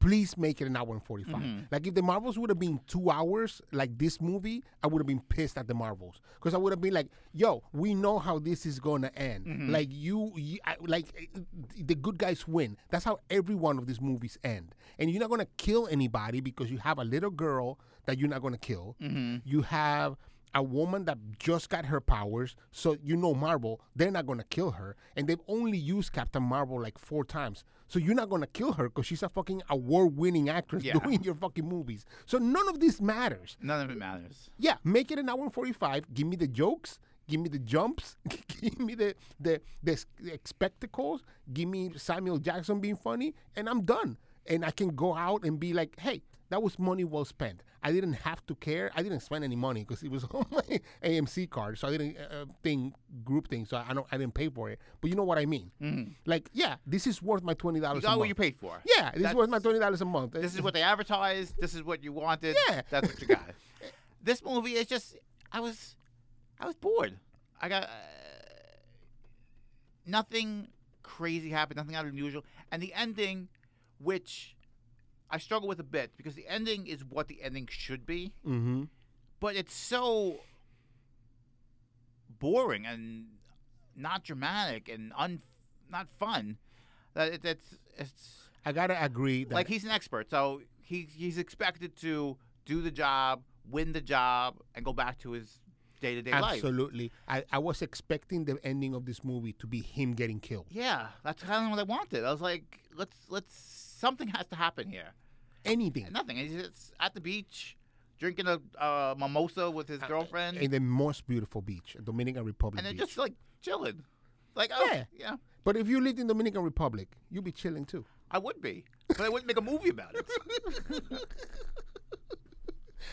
Speaker 1: please make it an hour and 45. Like if the Marvels would have been two hours, like this movie, I would have been pissed at the Marvels because I would have been like, "Yo, we know how this is gonna end. Like you, you I, like eh, the good guys win. That's how every one of these movies end. And you're not gonna kill anybody because you have a little girl that you're not gonna kill. You have a woman that just got her powers, so you know Marvel, they're not gonna kill her, and they've only used Captain Marvel like four times, so you're not gonna kill her because she's a fucking award-winning actress
Speaker 2: Yeah.
Speaker 1: doing your fucking movies. So none of this matters.
Speaker 2: None of it matters.
Speaker 1: Yeah, make it an hour and forty-five. Give me the jokes. Give me the jumps. give me the the the, s- the spectacles. Give me Samuel Jackson being funny, and I'm done. And I can go out and be like, hey. That was money well spent. I didn't have to care. I didn't spend any money because it was on my AMC card, so I didn't uh, uh, thing group thing, so I don't I didn't pay for it. But you know what I mean? Like, yeah, this is worth my twenty
Speaker 2: Mm-hmm. You
Speaker 1: dollars.
Speaker 2: got what you paid for.
Speaker 1: Yeah, this is
Speaker 2: That's-
Speaker 1: worth my twenty dollars a month.
Speaker 2: This is what they advertised. This is what you wanted.
Speaker 1: Yeah.
Speaker 2: That's what you got. this movie is just. I was, I was bored. I got uh, nothing crazy happened. Nothing out of the unusual. And the ending, which I struggle with a bit because the ending is what the ending should be,
Speaker 1: Mm-hmm.
Speaker 2: but it's so boring and not dramatic and un not fun that it, it's it's
Speaker 1: I gotta agree. That
Speaker 2: like he's an expert, so he he's expected to do the job, win the job, and go back to his day to day life.
Speaker 1: Absolutely. I, I was expecting the ending of this movie to be him getting killed.
Speaker 2: Yeah, that's kind of what I wanted. I was like, let's let's something has to happen here.
Speaker 1: Anything.
Speaker 2: Nothing. He's just at the beach, drinking a uh, mimosa with his girlfriend,
Speaker 1: In the most beautiful beach, Dominican Republic.
Speaker 2: and then
Speaker 1: beach.
Speaker 2: just like chilling. Like oh
Speaker 1: Yeah.
Speaker 2: yeah.
Speaker 1: But if you lived in Dominican Republic, you'd be chilling too.
Speaker 2: I would be, but I wouldn't make a movie about it.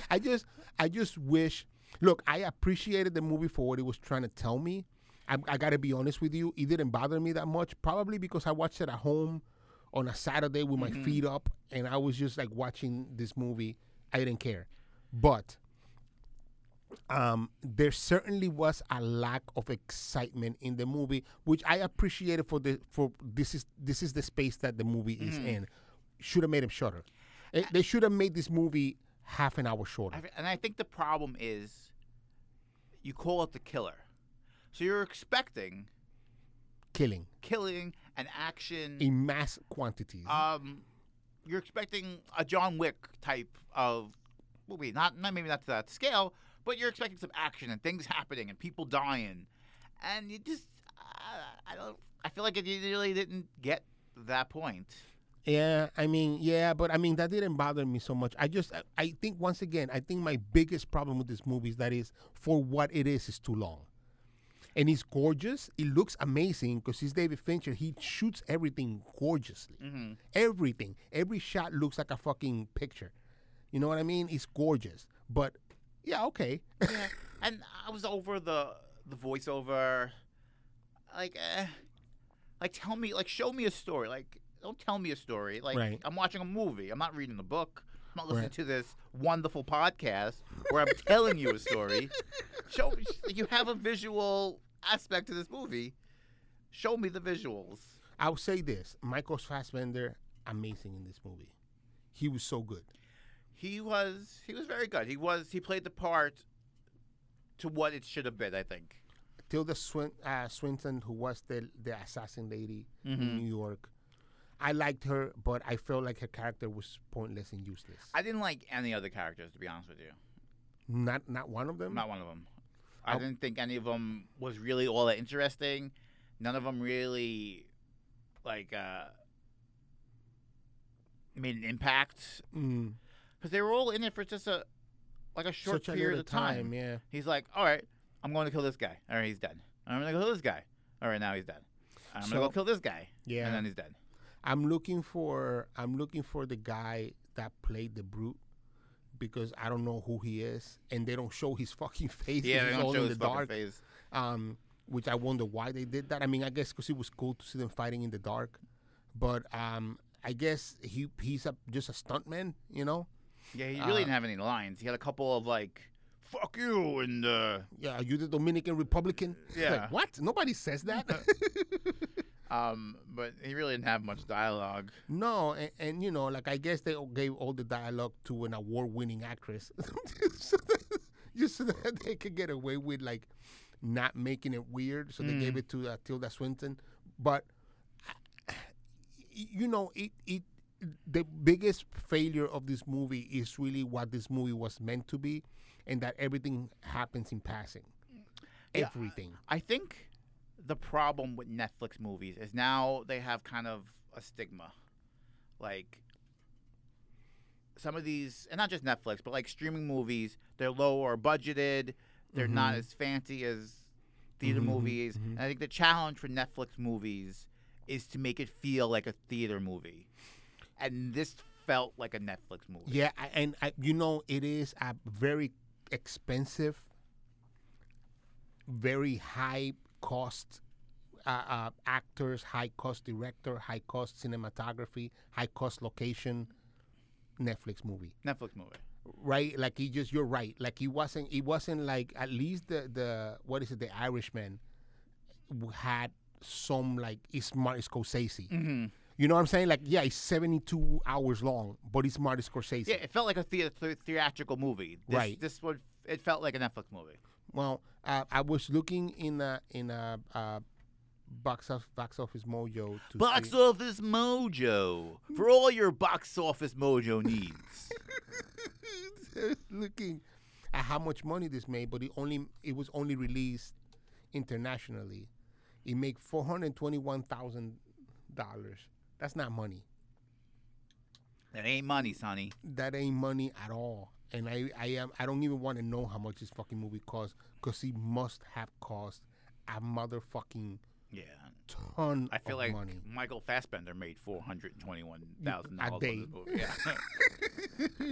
Speaker 1: I just I just wish look, I appreciated the movie for what it was trying to tell me. I, I gotta be honest with you, it didn't bother me that much, probably because I watched it at home on a Saturday with
Speaker 2: Mm-hmm.
Speaker 1: my feet up and I was just like watching this movie. I didn't care. But um, there certainly was a lack of excitement in the movie, which I appreciated for the for this is this is the space that the movie is in. Should have made him shorter. Eh, they should have made this movie half an hour shorter.
Speaker 2: I- and I think the problem is, you call it the killer, so you're expecting
Speaker 1: Killing
Speaker 2: killing and action.
Speaker 1: in mass quantities.
Speaker 2: um, you're expecting a John Wick type of movie, not, not maybe not to that scale, but you're expecting some action and things happening and people dying, and you just I, I don't I feel like it you really didn't get that point.
Speaker 1: yeah, I mean, yeah, but I mean that didn't bother me so much. I just I, I think once again, I think my biggest problem with this movie is that is for what it is, it's too long. And it's gorgeous. It looks amazing because it's David Fincher. He shoots everything gorgeously. Everything. Every shot looks like a fucking picture. You know what I mean? It's gorgeous. But yeah, okay.
Speaker 2: Yeah, and I was over the the voiceover, like, eh, like tell me, like show me a story, like don't tell me a story. Like
Speaker 1: Right.
Speaker 2: I'm watching a movie, I'm not reading a book, I'm not listening
Speaker 1: Right.
Speaker 2: to this wonderful podcast where I'm telling you a story. Show me, you have a visual aspect to this movie. Show me the visuals.
Speaker 1: I'll say this: Michael Fassbender, amazing in this movie. He was so good.
Speaker 2: He was he was very good. He was he played the part to what it should have been. I think.
Speaker 1: Tilda Swin- uh, Swinton, who was the the assassin lady
Speaker 2: Mm-hmm.
Speaker 1: in New York, I liked her, but I felt like her character was pointless and useless.
Speaker 2: I didn't like any other characters, to be honest with you.
Speaker 1: not not one of them.
Speaker 2: Not one of them. I
Speaker 1: I-
Speaker 2: didn't think any of them was really all that interesting. None of them really, like, uh, made an impact
Speaker 1: Mm,
Speaker 2: because they were all in it for just a like a short
Speaker 1: such a
Speaker 2: period
Speaker 1: little
Speaker 2: of time.
Speaker 1: Yeah,
Speaker 2: He's like, all right, I'm going to kill this guy. All right, he's dead. I'm going to kill this guy. All right, now he's dead. I'm going to
Speaker 1: So-
Speaker 2: go kill this guy.
Speaker 1: Yeah.
Speaker 2: and then he's dead.
Speaker 1: I'm looking for I'm looking for the guy that played the brute because I don't know who he is, and they don't show his fucking face.
Speaker 2: Yeah,
Speaker 1: It's
Speaker 2: they don't
Speaker 1: all
Speaker 2: show
Speaker 1: in
Speaker 2: his
Speaker 1: the
Speaker 2: fucking
Speaker 1: dark.
Speaker 2: face.
Speaker 1: um, which I wonder why they did that. I mean, I guess because it was cool to see them fighting in the dark, but um, I guess he he's a, just a stuntman, you know.
Speaker 2: Yeah, he really
Speaker 1: Uh.
Speaker 2: didn't have any lines. He had a couple of like "fuck you" and uh,
Speaker 1: Yeah, are you the Dominican Republican?
Speaker 2: Yeah.
Speaker 1: Like, what? Nobody says that.
Speaker 2: um, but he really didn't have much dialogue.
Speaker 1: no, and, and you know, like I guess they gave all the dialogue to an award-winning actress, so that- just so that they could get away with like not making it weird. So they gave it to uh, Tilda Swinton, but I- you know, it it the biggest failure of this movie is really what this movie was meant to be, and that everything happens in passing. Everything.
Speaker 2: I think the problem with Netflix movies is now they have kind of a stigma. Like some of these, and not just Netflix, but like streaming movies, they're lower budgeted, they're not
Speaker 1: Mm-hmm.
Speaker 2: as fancy as theater movies. And I think the challenge for Netflix movies is to make it feel like a theater movie. And this felt like a Netflix movie.
Speaker 1: Yeah, I, and I, you know, it is a very expensive, very high cost uh, uh, actors, high cost director, high cost cinematography, high cost location. Netflix movie,
Speaker 2: Netflix movie.
Speaker 1: right? Like he just, you're right. Like he wasn't, it wasn't like at least the the what is it, the Irishman, w- had some like it's Martin Scorsese. You know what I'm saying? Like yeah, it's 72 hours long, but it's Martin Scorsese.
Speaker 2: Yeah, it felt like a thea- th- theatrical movie. This,
Speaker 1: Right.
Speaker 2: This one, it felt like a Netflix movie.
Speaker 1: Well, uh, I was looking in a in a uh, box of box office mojo to
Speaker 2: Box
Speaker 1: see.
Speaker 2: Office Mojo for all your box office mojo needs.
Speaker 1: looking at how much money this made, but it only it was only released internationally. It made four hundred twenty one thousand dollars. That's not money.
Speaker 2: that ain't money, Sonny.
Speaker 1: That ain't money at all. And I I am I don't even want to know how much this fucking movie cost because it must have cost a motherfucking
Speaker 2: Yeah,
Speaker 1: ton
Speaker 2: I feel
Speaker 1: of
Speaker 2: like
Speaker 1: Oh, money.
Speaker 2: Michael Fassbender made four hundred twenty-one thousand dollars
Speaker 1: A
Speaker 2: on this
Speaker 1: day.
Speaker 2: movie.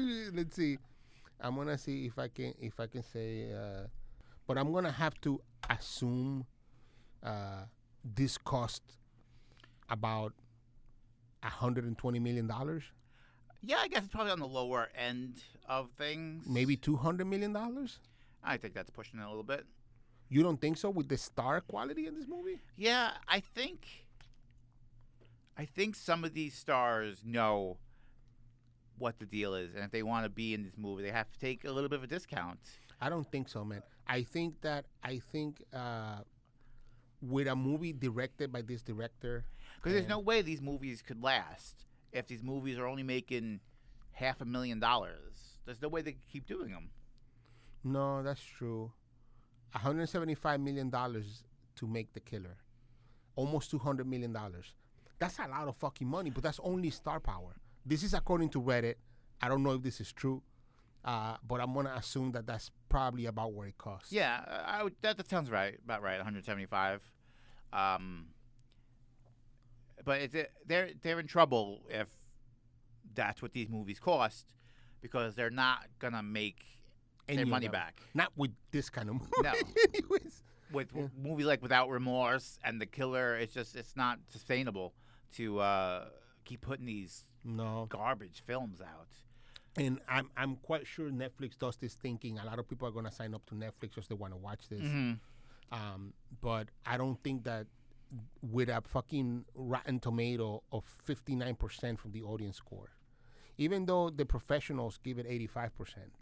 Speaker 2: Yeah.
Speaker 1: Let's see. I'm gonna see if I can if I can say, uh, but I'm gonna have to assume uh, this cost about 120 million dollars,
Speaker 2: yeah, I guess it's probably on the lower end of things.
Speaker 1: maybe 200 million dollars.
Speaker 2: I think that's pushing it a little bit.
Speaker 1: You don't think so with the star quality in this movie?
Speaker 2: Yeah, I think I think some of these stars know what the deal is, and if they want to be in this movie, they have to take a little bit of a discount.
Speaker 1: I don't think so, man. I think that I think uh, with a movie directed by this director,
Speaker 2: Because there's no way these movies could last if these movies are only making half a million dollars. There's no way they could keep doing them.
Speaker 1: No, that's true. 175 million dollars to make the killer. Almost 200 million dollars. That's a lot of fucking money, but that's only star power. This is according to Reddit. I don't know if this is true, uh, but I'm gonna assume that that's probably about where it costs.
Speaker 2: Yeah, I would, that, that sounds right, about right, 175. Um, but it's it, they're they're in trouble if that's what these movies cost, because they're not gonna make
Speaker 1: Any
Speaker 2: their
Speaker 1: of
Speaker 2: money
Speaker 1: them.
Speaker 2: back
Speaker 1: Not with this kind of movie.
Speaker 2: No.
Speaker 1: Anyways.
Speaker 2: with w movies like Without Remorse and The Killer. It's just it's not sustainable to uh, keep putting these
Speaker 1: No.
Speaker 2: garbage films out.
Speaker 1: And I'm I'm quite sure Netflix does this thinking. A lot of people are gonna sign up to Netflix just they wanna watch this.
Speaker 2: Mm-hmm.
Speaker 1: Um, but I don't think that with a fucking Rotten Tomato of 59% from the audience score, even though the professionals give it 85%.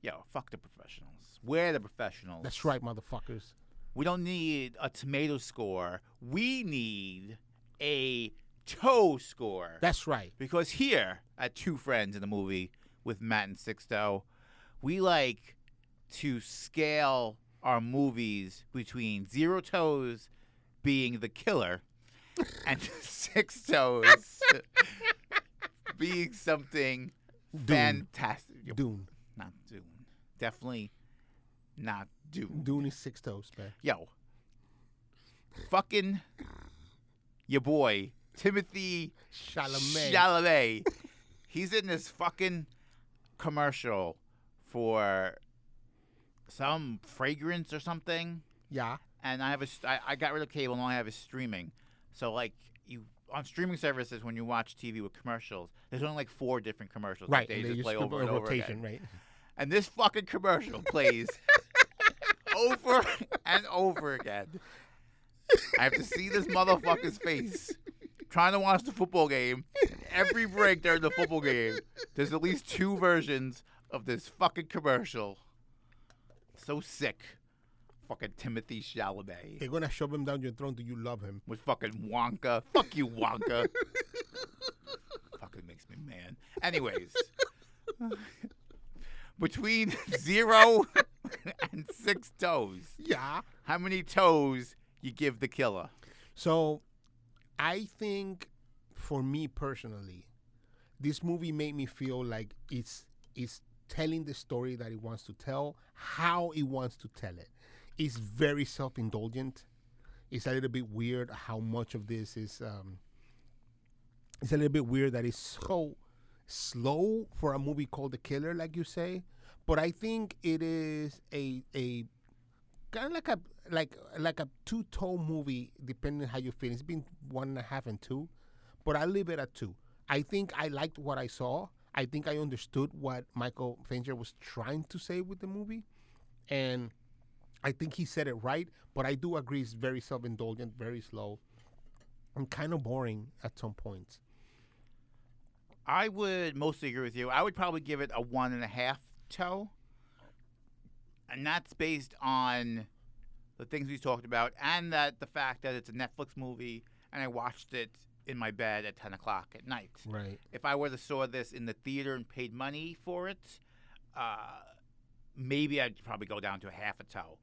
Speaker 2: Yo, fuck the professionals. We're the professionals.
Speaker 1: That's right, motherfuckers.
Speaker 2: We don't need a tomato score. We need a toe score.
Speaker 1: That's right.
Speaker 2: because here at Two Friends in the Movie with Matt and Sixto, we like to scale our movies between zero toes being the killer and six toes being something fantastic.
Speaker 1: Dune.
Speaker 2: Not Dune. Definitely not Dune.
Speaker 1: Dune is six toes, man.
Speaker 2: Yo, fucking your boy Timothy
Speaker 1: Chalamet.
Speaker 2: Chalamet. He's in this fucking commercial for some fragrance or something,
Speaker 1: yeah.
Speaker 2: and I have a st- I, I got rid of cable and only have a streaming, so like you on streaming services when you watch TV with commercials, there's only like four different commercials
Speaker 1: Right.
Speaker 2: that they,
Speaker 1: and
Speaker 2: just play
Speaker 1: skip
Speaker 2: over
Speaker 1: a
Speaker 2: and over
Speaker 1: rotation,
Speaker 2: again.
Speaker 1: right?
Speaker 2: And this fucking commercial plays over and over again. I have to see this motherfucker's face trying to watch the football game. Every break during the football game, there's at least two versions of this fucking commercial. So sick. Fucking Timothy Chalamet.
Speaker 1: They're gonna shove him down your throat until you love him.
Speaker 2: with fucking Wonka. Fuck you, Wonka. fucking makes me mad. Anyways, between zero and six toes,
Speaker 1: Yeah.
Speaker 2: how many toes you give the killer?
Speaker 1: So, I think for me personally, this movie made me feel like it's it's telling the story that it wants to tell, how it wants to tell it. It's very self indulgent. It's a little bit weird how much of this is. Um, it's a little bit weird that it's so slow for a movie called The Killer, like you say. But I think it is a a kind of like a like like a two tone movie, depending on how you feel. It's been one and a half and two, but I leave it at two. I think I liked what I saw. I think I understood what Michael Fincher was trying to say with the movie, and I think he said it right. But I do agree it's very self indulgent, very slow, and kind of boring at some points.
Speaker 2: I would mostly agree with you. I would probably give it a one and a half toe. And that's based on the things we talked about and that the fact that it's a Netflix movie and I watched it in my bed at 10 o'clock at night.
Speaker 1: Right.
Speaker 2: if I would have saw this in the theater and paid money for it, uh, maybe I'd probably go down to a half a toe.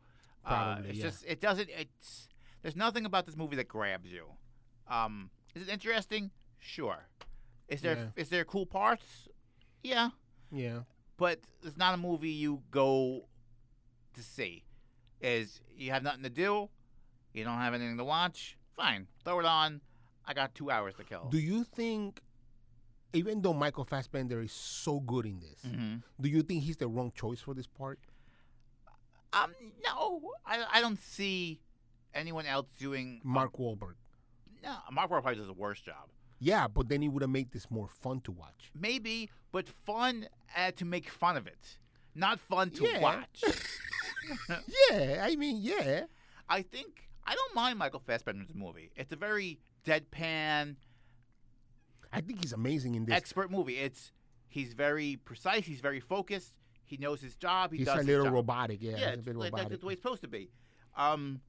Speaker 2: uh,
Speaker 1: Probably,
Speaker 2: it's
Speaker 1: yeah.
Speaker 2: just it doesn't. It's there's nothing about this movie that grabs you. Um, is it interesting? Sure. Is there is
Speaker 1: Yeah.
Speaker 2: there cool parts? Yeah,
Speaker 1: Yeah.
Speaker 2: but it's not a movie you go to see. Is you have nothing to do, you don't have anything to watch. Fine, throw it on. I got two hours to kill.
Speaker 1: Do you think, even though Michael Fassbender is so good in this,
Speaker 2: Mhm.
Speaker 1: do you think he's the wrong choice for this part?
Speaker 2: Um, no, I, I don't see anyone else doing.
Speaker 1: Mark Wahlberg.
Speaker 2: No, Mark Wahlberg probably does a worse job.
Speaker 1: Yeah, but then it would have made this more fun to watch.
Speaker 2: Maybe, but fun uh, to make fun of it, not fun to
Speaker 1: Yeah.
Speaker 2: watch.
Speaker 1: Yeah, I mean, yeah.
Speaker 2: I think I don't mind Michael Fassbender's movie. It's a very deadpan,
Speaker 1: I think he's amazing in this.
Speaker 2: expert movie. It's he's very precise. He's very focused. He knows his job. He
Speaker 1: he's
Speaker 2: does
Speaker 1: a
Speaker 2: his
Speaker 1: little
Speaker 2: job.
Speaker 1: robotic. Yeah,
Speaker 2: yeah,
Speaker 1: he's a
Speaker 2: it's
Speaker 1: bit
Speaker 2: like, that's
Speaker 1: robotic.
Speaker 2: the way it's supposed to be. Um,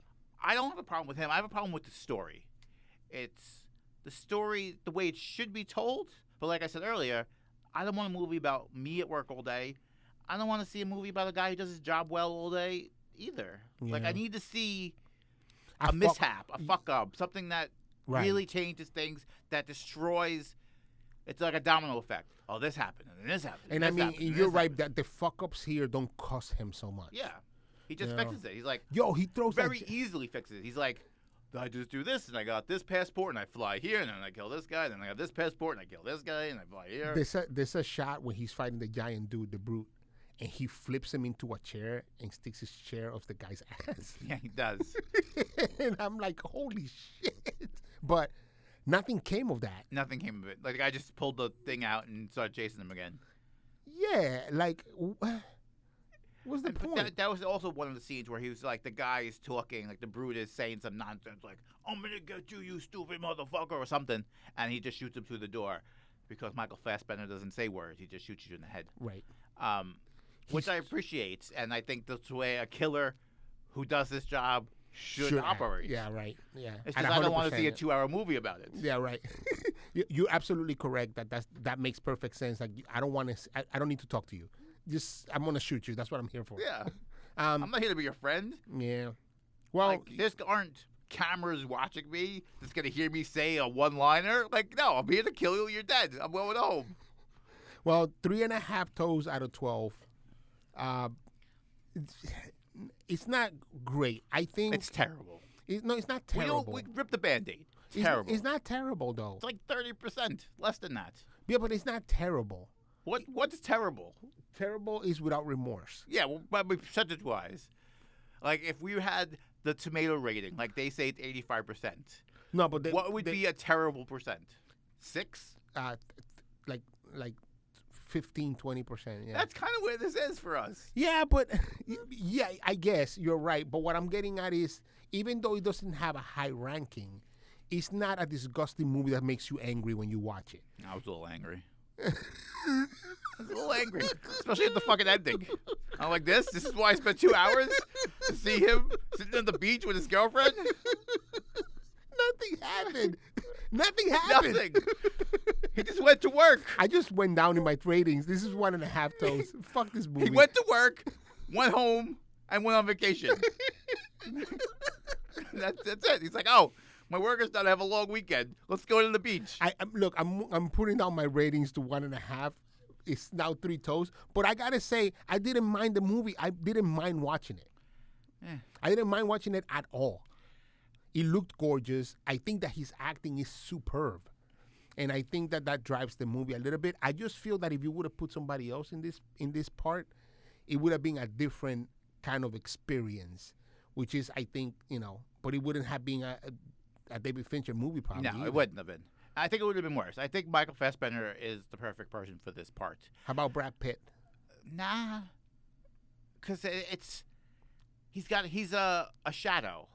Speaker 2: I don't have a problem with him. I have a problem with the story. It's the story, the way it should be told. But like I said earlier, I don't want a movie about me at work all day. I don't want to see a movie about a guy who does his job well all day either. Like
Speaker 1: Yeah.
Speaker 2: I need to see a
Speaker 1: I fuck-
Speaker 2: mishap, a fuck up, something that
Speaker 1: Right.
Speaker 2: really changes things, that destroys. It's like a domino effect. Oh, this happened, and then this happened.
Speaker 1: And I
Speaker 2: this
Speaker 1: mean,
Speaker 2: happened, and
Speaker 1: you're
Speaker 2: this
Speaker 1: right
Speaker 2: happened.
Speaker 1: that the fuck ups here don't cost him so much.
Speaker 2: Yeah, he just
Speaker 1: Yeah.
Speaker 2: fixes it. He's like,
Speaker 1: Yo, he throws that
Speaker 2: very
Speaker 1: j-
Speaker 2: easily fixes it. He's like, I just do this, and I got this passport, and I fly here, and then I kill this guy, and then I got this passport, and I kill this guy, and I fly here.
Speaker 1: There's a, there's a shot when he's fighting the giant dude, the brute, and he flips him into a chair and sticks his chair off the guy's ass.
Speaker 2: yeah, he does.
Speaker 1: and I'm like, holy shit. But nothing came of that.
Speaker 2: Nothing came of it. Like I just pulled the thing out and started chasing him again.
Speaker 1: Yeah, like, w- what's the
Speaker 2: And- but
Speaker 1: point?
Speaker 2: That, that was also one of the scenes where he was like, the guy is talking, like the brute is saying some nonsense, like "I'm gonna get you, you stupid motherfucker" or something, and he just shoots him through the door because Michael Fassbender doesn't say words; he just shoots you in the head.
Speaker 1: right.
Speaker 2: um, which I
Speaker 1: He's-
Speaker 2: appreciate, and I think that's the way a killer who does this job should,
Speaker 1: Should act-
Speaker 2: operate.
Speaker 1: Yeah, right. Yeah.
Speaker 2: it's
Speaker 1: At
Speaker 2: just I don't want to
Speaker 1: 100%.
Speaker 2: see a two-hour movie about it.
Speaker 1: Yeah, right. You- You're absolutely correct. That that's, that makes perfect sense. Like, I don't want to. I, I don't need to talk to you. Just, I'm gonna shoot you. That's what I'm here for.
Speaker 2: Yeah, I'm
Speaker 1: Um.
Speaker 2: not here to be your friend.
Speaker 1: Yeah. Well,
Speaker 2: like, there's aren't cameras watching me that's gonna hear me say a one-liner. Like, no, I'm here to kill you. You're dead. I'm going home.
Speaker 1: well, three and a half toes out of twelve. Uh, it's- it's not great. I think
Speaker 2: It's terrible.
Speaker 1: it- no, it's not
Speaker 2: We
Speaker 1: terrible.
Speaker 2: don't. We rip the band-aid.
Speaker 1: It's-
Speaker 2: terrible.
Speaker 1: It's, not terrible though.
Speaker 2: it's like thirty percent, less than that.
Speaker 1: Yeah, but it's not terrible.
Speaker 2: What? What's terrible?
Speaker 1: Terrible is without remorse.
Speaker 2: Yeah, well, but but percentage wise, like if we had the tomato rating, like they say it's eighty five percent,
Speaker 1: No, but they,
Speaker 2: What would
Speaker 1: they,
Speaker 2: be a terrible percent? Six?
Speaker 1: uh, th- th- like like 15, 20 percent? Yeah.
Speaker 2: That's kind of where this is for us.
Speaker 1: Yeah, but yeah, I guess you're right. But what I'm getting at is, even though it doesn't have a high ranking, it's not a disgusting movie that makes you angry when you watch it.
Speaker 2: I was a little angry. I was a little angry, especially at the fucking ending. I'm like, this. This is why I spent two hours to see him sitting on the beach with his girlfriend.
Speaker 1: Nothing happened. Nothing happened.
Speaker 2: Nothing. He just went to work.
Speaker 1: I just went down in my ratings. This is one and a half toes. Fuck this movie.
Speaker 2: He went to work, went home, and went on vacation. that's, that's it. He's like, oh, my work is done. I have a long weekend. Let's go to the beach.
Speaker 1: I I'm, look. I'm I'm putting down my ratings to one and a half. It's now three toes. But I gotta say, I didn't mind the movie. I didn't mind watching it.
Speaker 2: Yeah.
Speaker 1: I didn't mind watching it at all. It looked gorgeous. I think that his acting is superb. And I think that that drives the movie a little bit. I just feel that if you would have put somebody else in this in this part, it would have been a different kind of experience, which is I think you know, but it wouldn't have been a, a, a David Fincher movie probably.
Speaker 2: No,
Speaker 1: either.
Speaker 2: it wouldn't have been. I think it would have been worse. I think Michael Fassbender is the perfect person for this part.
Speaker 1: How about Brad Pitt?
Speaker 2: Nah, because it's he's got he's a a shadow.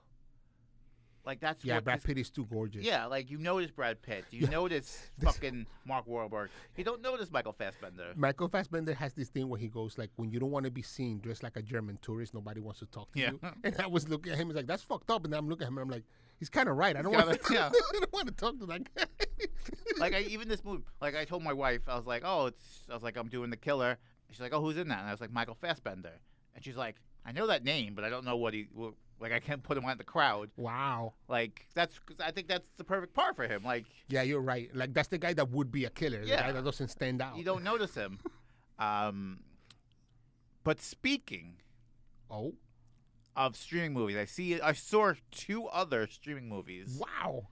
Speaker 2: Like that's
Speaker 1: Yeah,
Speaker 2: what
Speaker 1: Brad
Speaker 2: this-
Speaker 1: Pitt is too gorgeous.
Speaker 2: Yeah, like you notice Brad Pitt, you notice fucking Mark Wahlberg. You don't notice Michael Fassbender.
Speaker 1: Michael Fassbender has this thing where he goes like, when you don't want to be seen, dressed like a German tourist, nobody wants to talk to
Speaker 2: Yeah.
Speaker 1: you. And I was looking at him, he's like, that's fucked up. And I'm looking at him, and I'm like, he's kind of right. I don't
Speaker 2: kinda-
Speaker 1: want to.
Speaker 2: yeah.
Speaker 1: I don't want to talk to that guy.
Speaker 2: like I even this movie, like I told my wife, I was like, oh, it's, I was like, I'm doing the killer. She's like, oh, who's in that? And I was like, Michael Fassbender. And she's like, I know that name, but I don't know what he. wh- Like I can't put him on the crowd.
Speaker 1: wow.
Speaker 2: Like that's 'cause I think that's the perfect part for him. Like
Speaker 1: Yeah, you're right. Like that's the guy that would be a killer. The
Speaker 2: Yeah.
Speaker 1: guy that doesn't stand out.
Speaker 2: you don't notice him. Um, but speaking
Speaker 1: Oh,
Speaker 2: of streaming movies, I see I saw two other streaming movies.
Speaker 1: wow.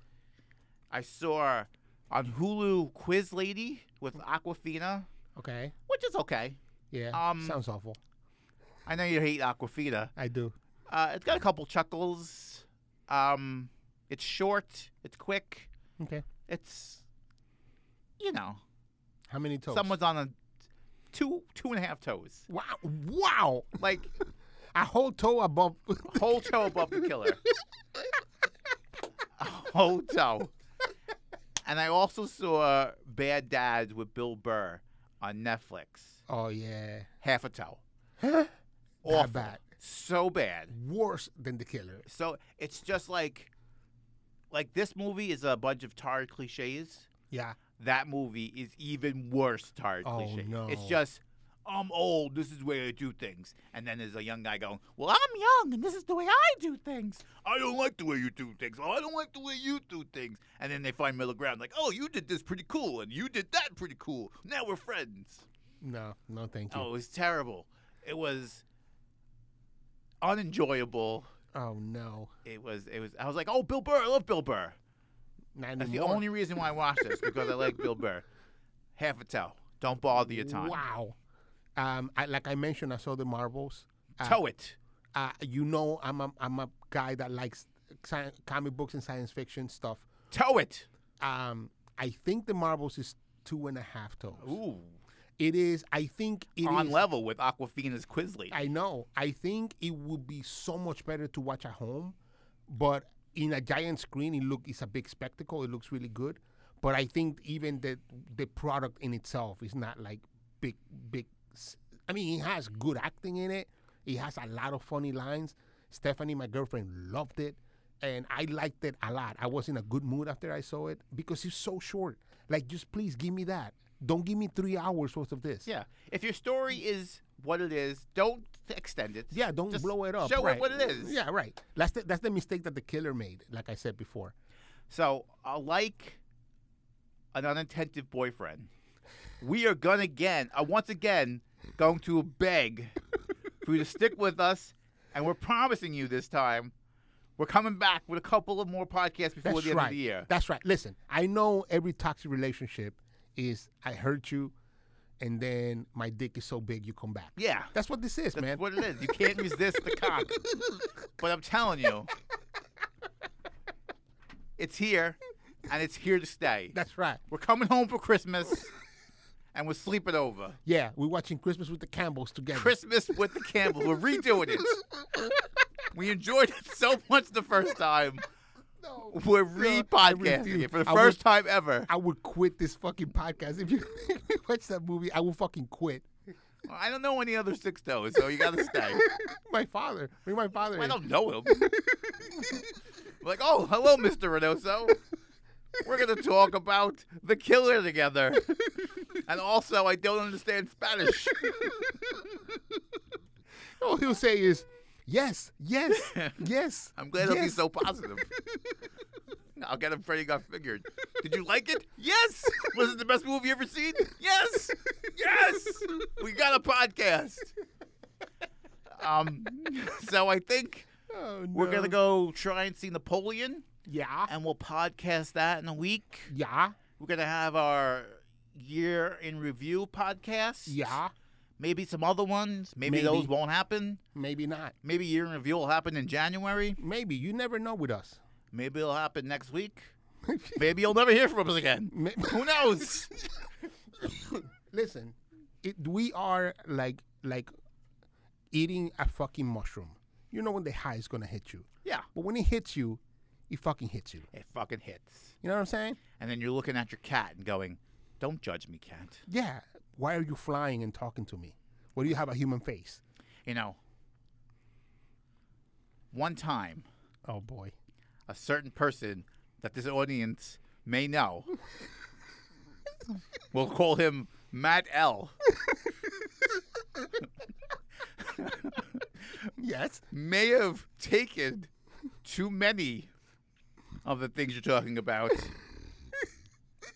Speaker 2: I saw on Hulu Quiz Lady with Aquafina,
Speaker 1: Okay.
Speaker 2: which is okay.
Speaker 1: Yeah.
Speaker 2: Um,
Speaker 1: Sounds awful.
Speaker 2: I know you hate Aquafina.
Speaker 1: I do.
Speaker 2: Uh, it's got a couple chuckles. Um, it's short. It's quick.
Speaker 1: Okay.
Speaker 2: It's you know
Speaker 1: How many toes?
Speaker 2: someone's on a two two and a half toes,
Speaker 1: Wow. Wow.
Speaker 2: like
Speaker 1: A whole toe above.
Speaker 2: whole toe above the killer, a whole toe. And I also saw Bad Dads with Bill Burr on Netflix.
Speaker 1: oh yeah.
Speaker 2: Half a toe,
Speaker 1: That
Speaker 2: Awful.
Speaker 1: bad.
Speaker 2: so bad.
Speaker 1: Worse than the killer.
Speaker 2: So it's just like like this movie is a bunch of tired cliches.
Speaker 1: Yeah.
Speaker 2: that movie is even worse tired
Speaker 1: Oh,
Speaker 2: cliche. It's
Speaker 1: no.
Speaker 2: just I'm old, this is the way I do things. And then there's a young guy going, Well, I'm young and this is the way I do things. I don't like the way you do things. Oh, I don't like the way you do things. And then they find middle ground, like, oh you did this pretty cool and you did that pretty cool. Now we're friends.
Speaker 1: No. No, thank you.
Speaker 2: Oh, it was terrible. It was unenjoyable.
Speaker 1: Oh no,
Speaker 2: It was it was I was like, Oh Bill Burr, I love Bill Burr.
Speaker 1: not anymore.
Speaker 2: That's the only reason why I watched this because I like Bill Burr. Half a toe. Don't bother your time.
Speaker 1: Wow. Um, I, like I mentioned, I saw the marbles. Uh,
Speaker 2: Toe it.
Speaker 1: uh, you know, I'm a, I'm a guy that likes sci- comic books and science fiction stuff.
Speaker 2: Toe it.
Speaker 1: Um, I think the marbles is two and a half toes.
Speaker 2: Ooh.
Speaker 1: It is. I think it is.
Speaker 2: On level with Aquafina's Quizly.
Speaker 1: I know. I think it would be so much better to watch at home, but in a giant screen, it look it's a big spectacle. It looks really good, but I think even the the product in itself is not like big big. s- I mean, it has good acting in it. It has a lot of funny lines. Stephanie, my girlfriend, loved it, and I liked it a lot. I was in a good mood after I saw it because it's so short. Like, just please give me that. Don't give me three hours worth of this.
Speaker 2: Yeah. If your story is what it is, don't extend it.
Speaker 1: Yeah, don't
Speaker 2: Just
Speaker 1: blow it up.
Speaker 2: Show
Speaker 1: right.
Speaker 2: it what it is.
Speaker 1: Yeah, right. That's the, that's the mistake that the killer made, like I said before.
Speaker 2: So, uh, like an unintentive boyfriend, we are going to again, uh, once again, going to beg for you to stick with us. And we're promising you this time, we're coming back with a couple of more podcasts before
Speaker 1: That's
Speaker 2: the end
Speaker 1: right.
Speaker 2: of the year.
Speaker 1: That's right. Listen, I know every toxic relationship is I hurt you, and then my dick is so big you come back.
Speaker 2: yeah.
Speaker 1: That's what this is, man.
Speaker 2: That's what it is. You can't resist the cock. But I'm telling you, It's here, and it's here to stay.
Speaker 1: That's right.
Speaker 2: we're coming home for Christmas, and we're sleeping over.
Speaker 1: Yeah, we're watching Christmas with the Campbells together.
Speaker 2: Christmas with the Campbell. We're redoing it. We enjoyed it so much the first time.
Speaker 1: No.
Speaker 2: We're
Speaker 1: I
Speaker 2: re-podcasting
Speaker 1: refuse.
Speaker 2: it for the
Speaker 1: I would-
Speaker 2: first time ever.
Speaker 1: I would quit this fucking podcast if you watch that movie. I will fucking quit.
Speaker 2: I don't know any other six though, so you gotta stay.
Speaker 1: my father, bring my father.
Speaker 2: I
Speaker 1: in.
Speaker 2: don't know him. like, oh, hello, Mr. Renoso. We're going to talk about the killer together. And also, I don't understand Spanish.
Speaker 1: All he'll say is, "Yes, yes, yes."
Speaker 2: I'm glad he'll be
Speaker 1: yes."
Speaker 2: so positive. I'll get him Freddy got figured. Did you like it? Yes. Was it the best movie you ever seen? Yes. Yes. We got a podcast. Um, so I think
Speaker 1: Oh,
Speaker 2: we're going
Speaker 1: no.
Speaker 2: to go try and see Napoleon,
Speaker 1: Yeah,
Speaker 2: and we'll podcast that in a week.
Speaker 1: yeah,
Speaker 2: We're gonna have our year in review podcast.
Speaker 1: yeah.
Speaker 2: Maybe some other ones. Maybe,
Speaker 1: Maybe.
Speaker 2: those won't happen.
Speaker 1: Maybe not.
Speaker 2: Maybe year in review will happen in January.
Speaker 1: Maybe you never know with us.
Speaker 2: Maybe it'll happen next week. Maybe you'll never hear from us again.
Speaker 1: May-
Speaker 2: Who knows?
Speaker 1: Listen, it, we are like like eating a fucking mushroom. You know when the high is gonna hit you,
Speaker 2: yeah.
Speaker 1: but when it hits you, it fucking hits you.
Speaker 2: It fucking hits.
Speaker 1: You know what I'm saying?
Speaker 2: And then you're looking at your cat and going, Don't judge me, cat.
Speaker 1: Yeah. Why are you flying and talking to me? Why do you have a human face?
Speaker 2: You know. One time
Speaker 1: Oh boy.
Speaker 2: a certain person that this audience may know. we'll call him Matt L.
Speaker 1: Yes.
Speaker 2: May have taken too many of the things you're talking about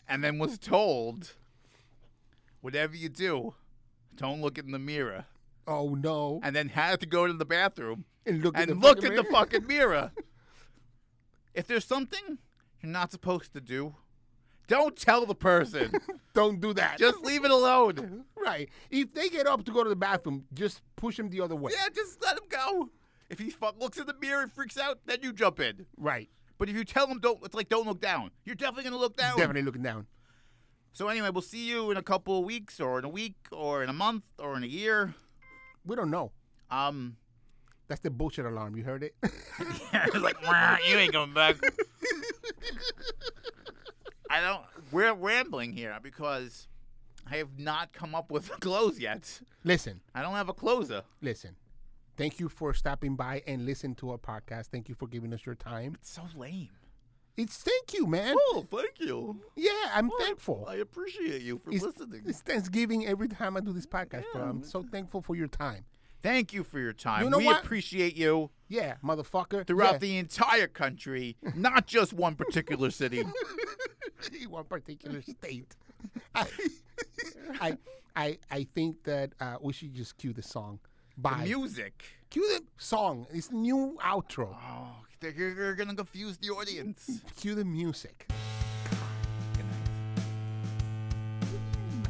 Speaker 2: and then was told whatever you do, don't look in the mirror.
Speaker 1: Oh no.
Speaker 2: And then had to go to the bathroom
Speaker 1: And look
Speaker 2: and
Speaker 1: at the
Speaker 2: look
Speaker 1: fucking
Speaker 2: in the
Speaker 1: mirror.
Speaker 2: fucking mirror. If there's something you're not supposed to do, don't tell the person.
Speaker 1: Don't do that.
Speaker 2: just leave it alone.
Speaker 1: right. If they get up to go to the bathroom, just push them the other way.
Speaker 2: Yeah, just let him go. If he fuck looks in the mirror and freaks out, then you jump in.
Speaker 1: Right.
Speaker 2: But if you tell him don't, it's like don't look down. You're definitely gonna look down.
Speaker 1: Definitely looking down.
Speaker 2: So anyway, we'll see you in a couple of weeks, or in a week, or in a month, or in a year.
Speaker 1: We don't know.
Speaker 2: Um,
Speaker 1: That's the bullshit alarm. You heard it?
Speaker 2: it's like "Wah, you ain't coming back. I don't. We're rambling here because I have not come up with a close yet.
Speaker 1: listen,
Speaker 2: I don't have a closer.
Speaker 1: listen. Thank you for stopping by and listening to our podcast. Thank you for giving us your time.
Speaker 2: It's so lame.
Speaker 1: It's thank you, man.
Speaker 2: Oh, thank you.
Speaker 1: Yeah, I'm thankful.
Speaker 2: appreciate you for
Speaker 1: It's, it's Thanksgiving every time I do this podcast, bro. I'm so thankful for your time.
Speaker 2: Thank you for your time.
Speaker 1: You know
Speaker 2: we
Speaker 1: what?
Speaker 2: appreciate you
Speaker 1: Yeah, motherfucker.
Speaker 2: throughout
Speaker 1: yeah.
Speaker 2: the entire country, not just one particular city.
Speaker 1: in one particular state. I, I, I, I think that uh, we should just cue the song. Bye.
Speaker 2: Music.
Speaker 1: cue the song. It's new outro.
Speaker 2: Oh, they're, you're gonna confuse the audience.
Speaker 1: Cue the music.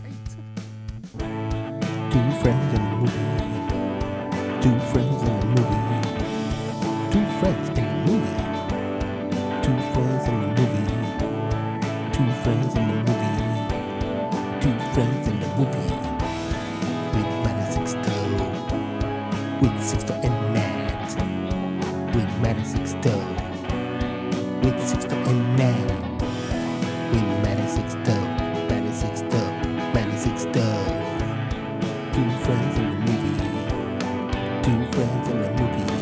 Speaker 1: Right. Two friends in the movie. Two friends in the movie.
Speaker 3: Two friends in the movie. Two friends in the movie. Two friends in the movie. Two friends in the movie. With Matt Sixto. With Sixto and Matt. With Matt Sixto. With Sixto and Matt. With Matt Sixto. Matt Sixto. Matt Sixto. Two friends in the movie. Two friends in the movie.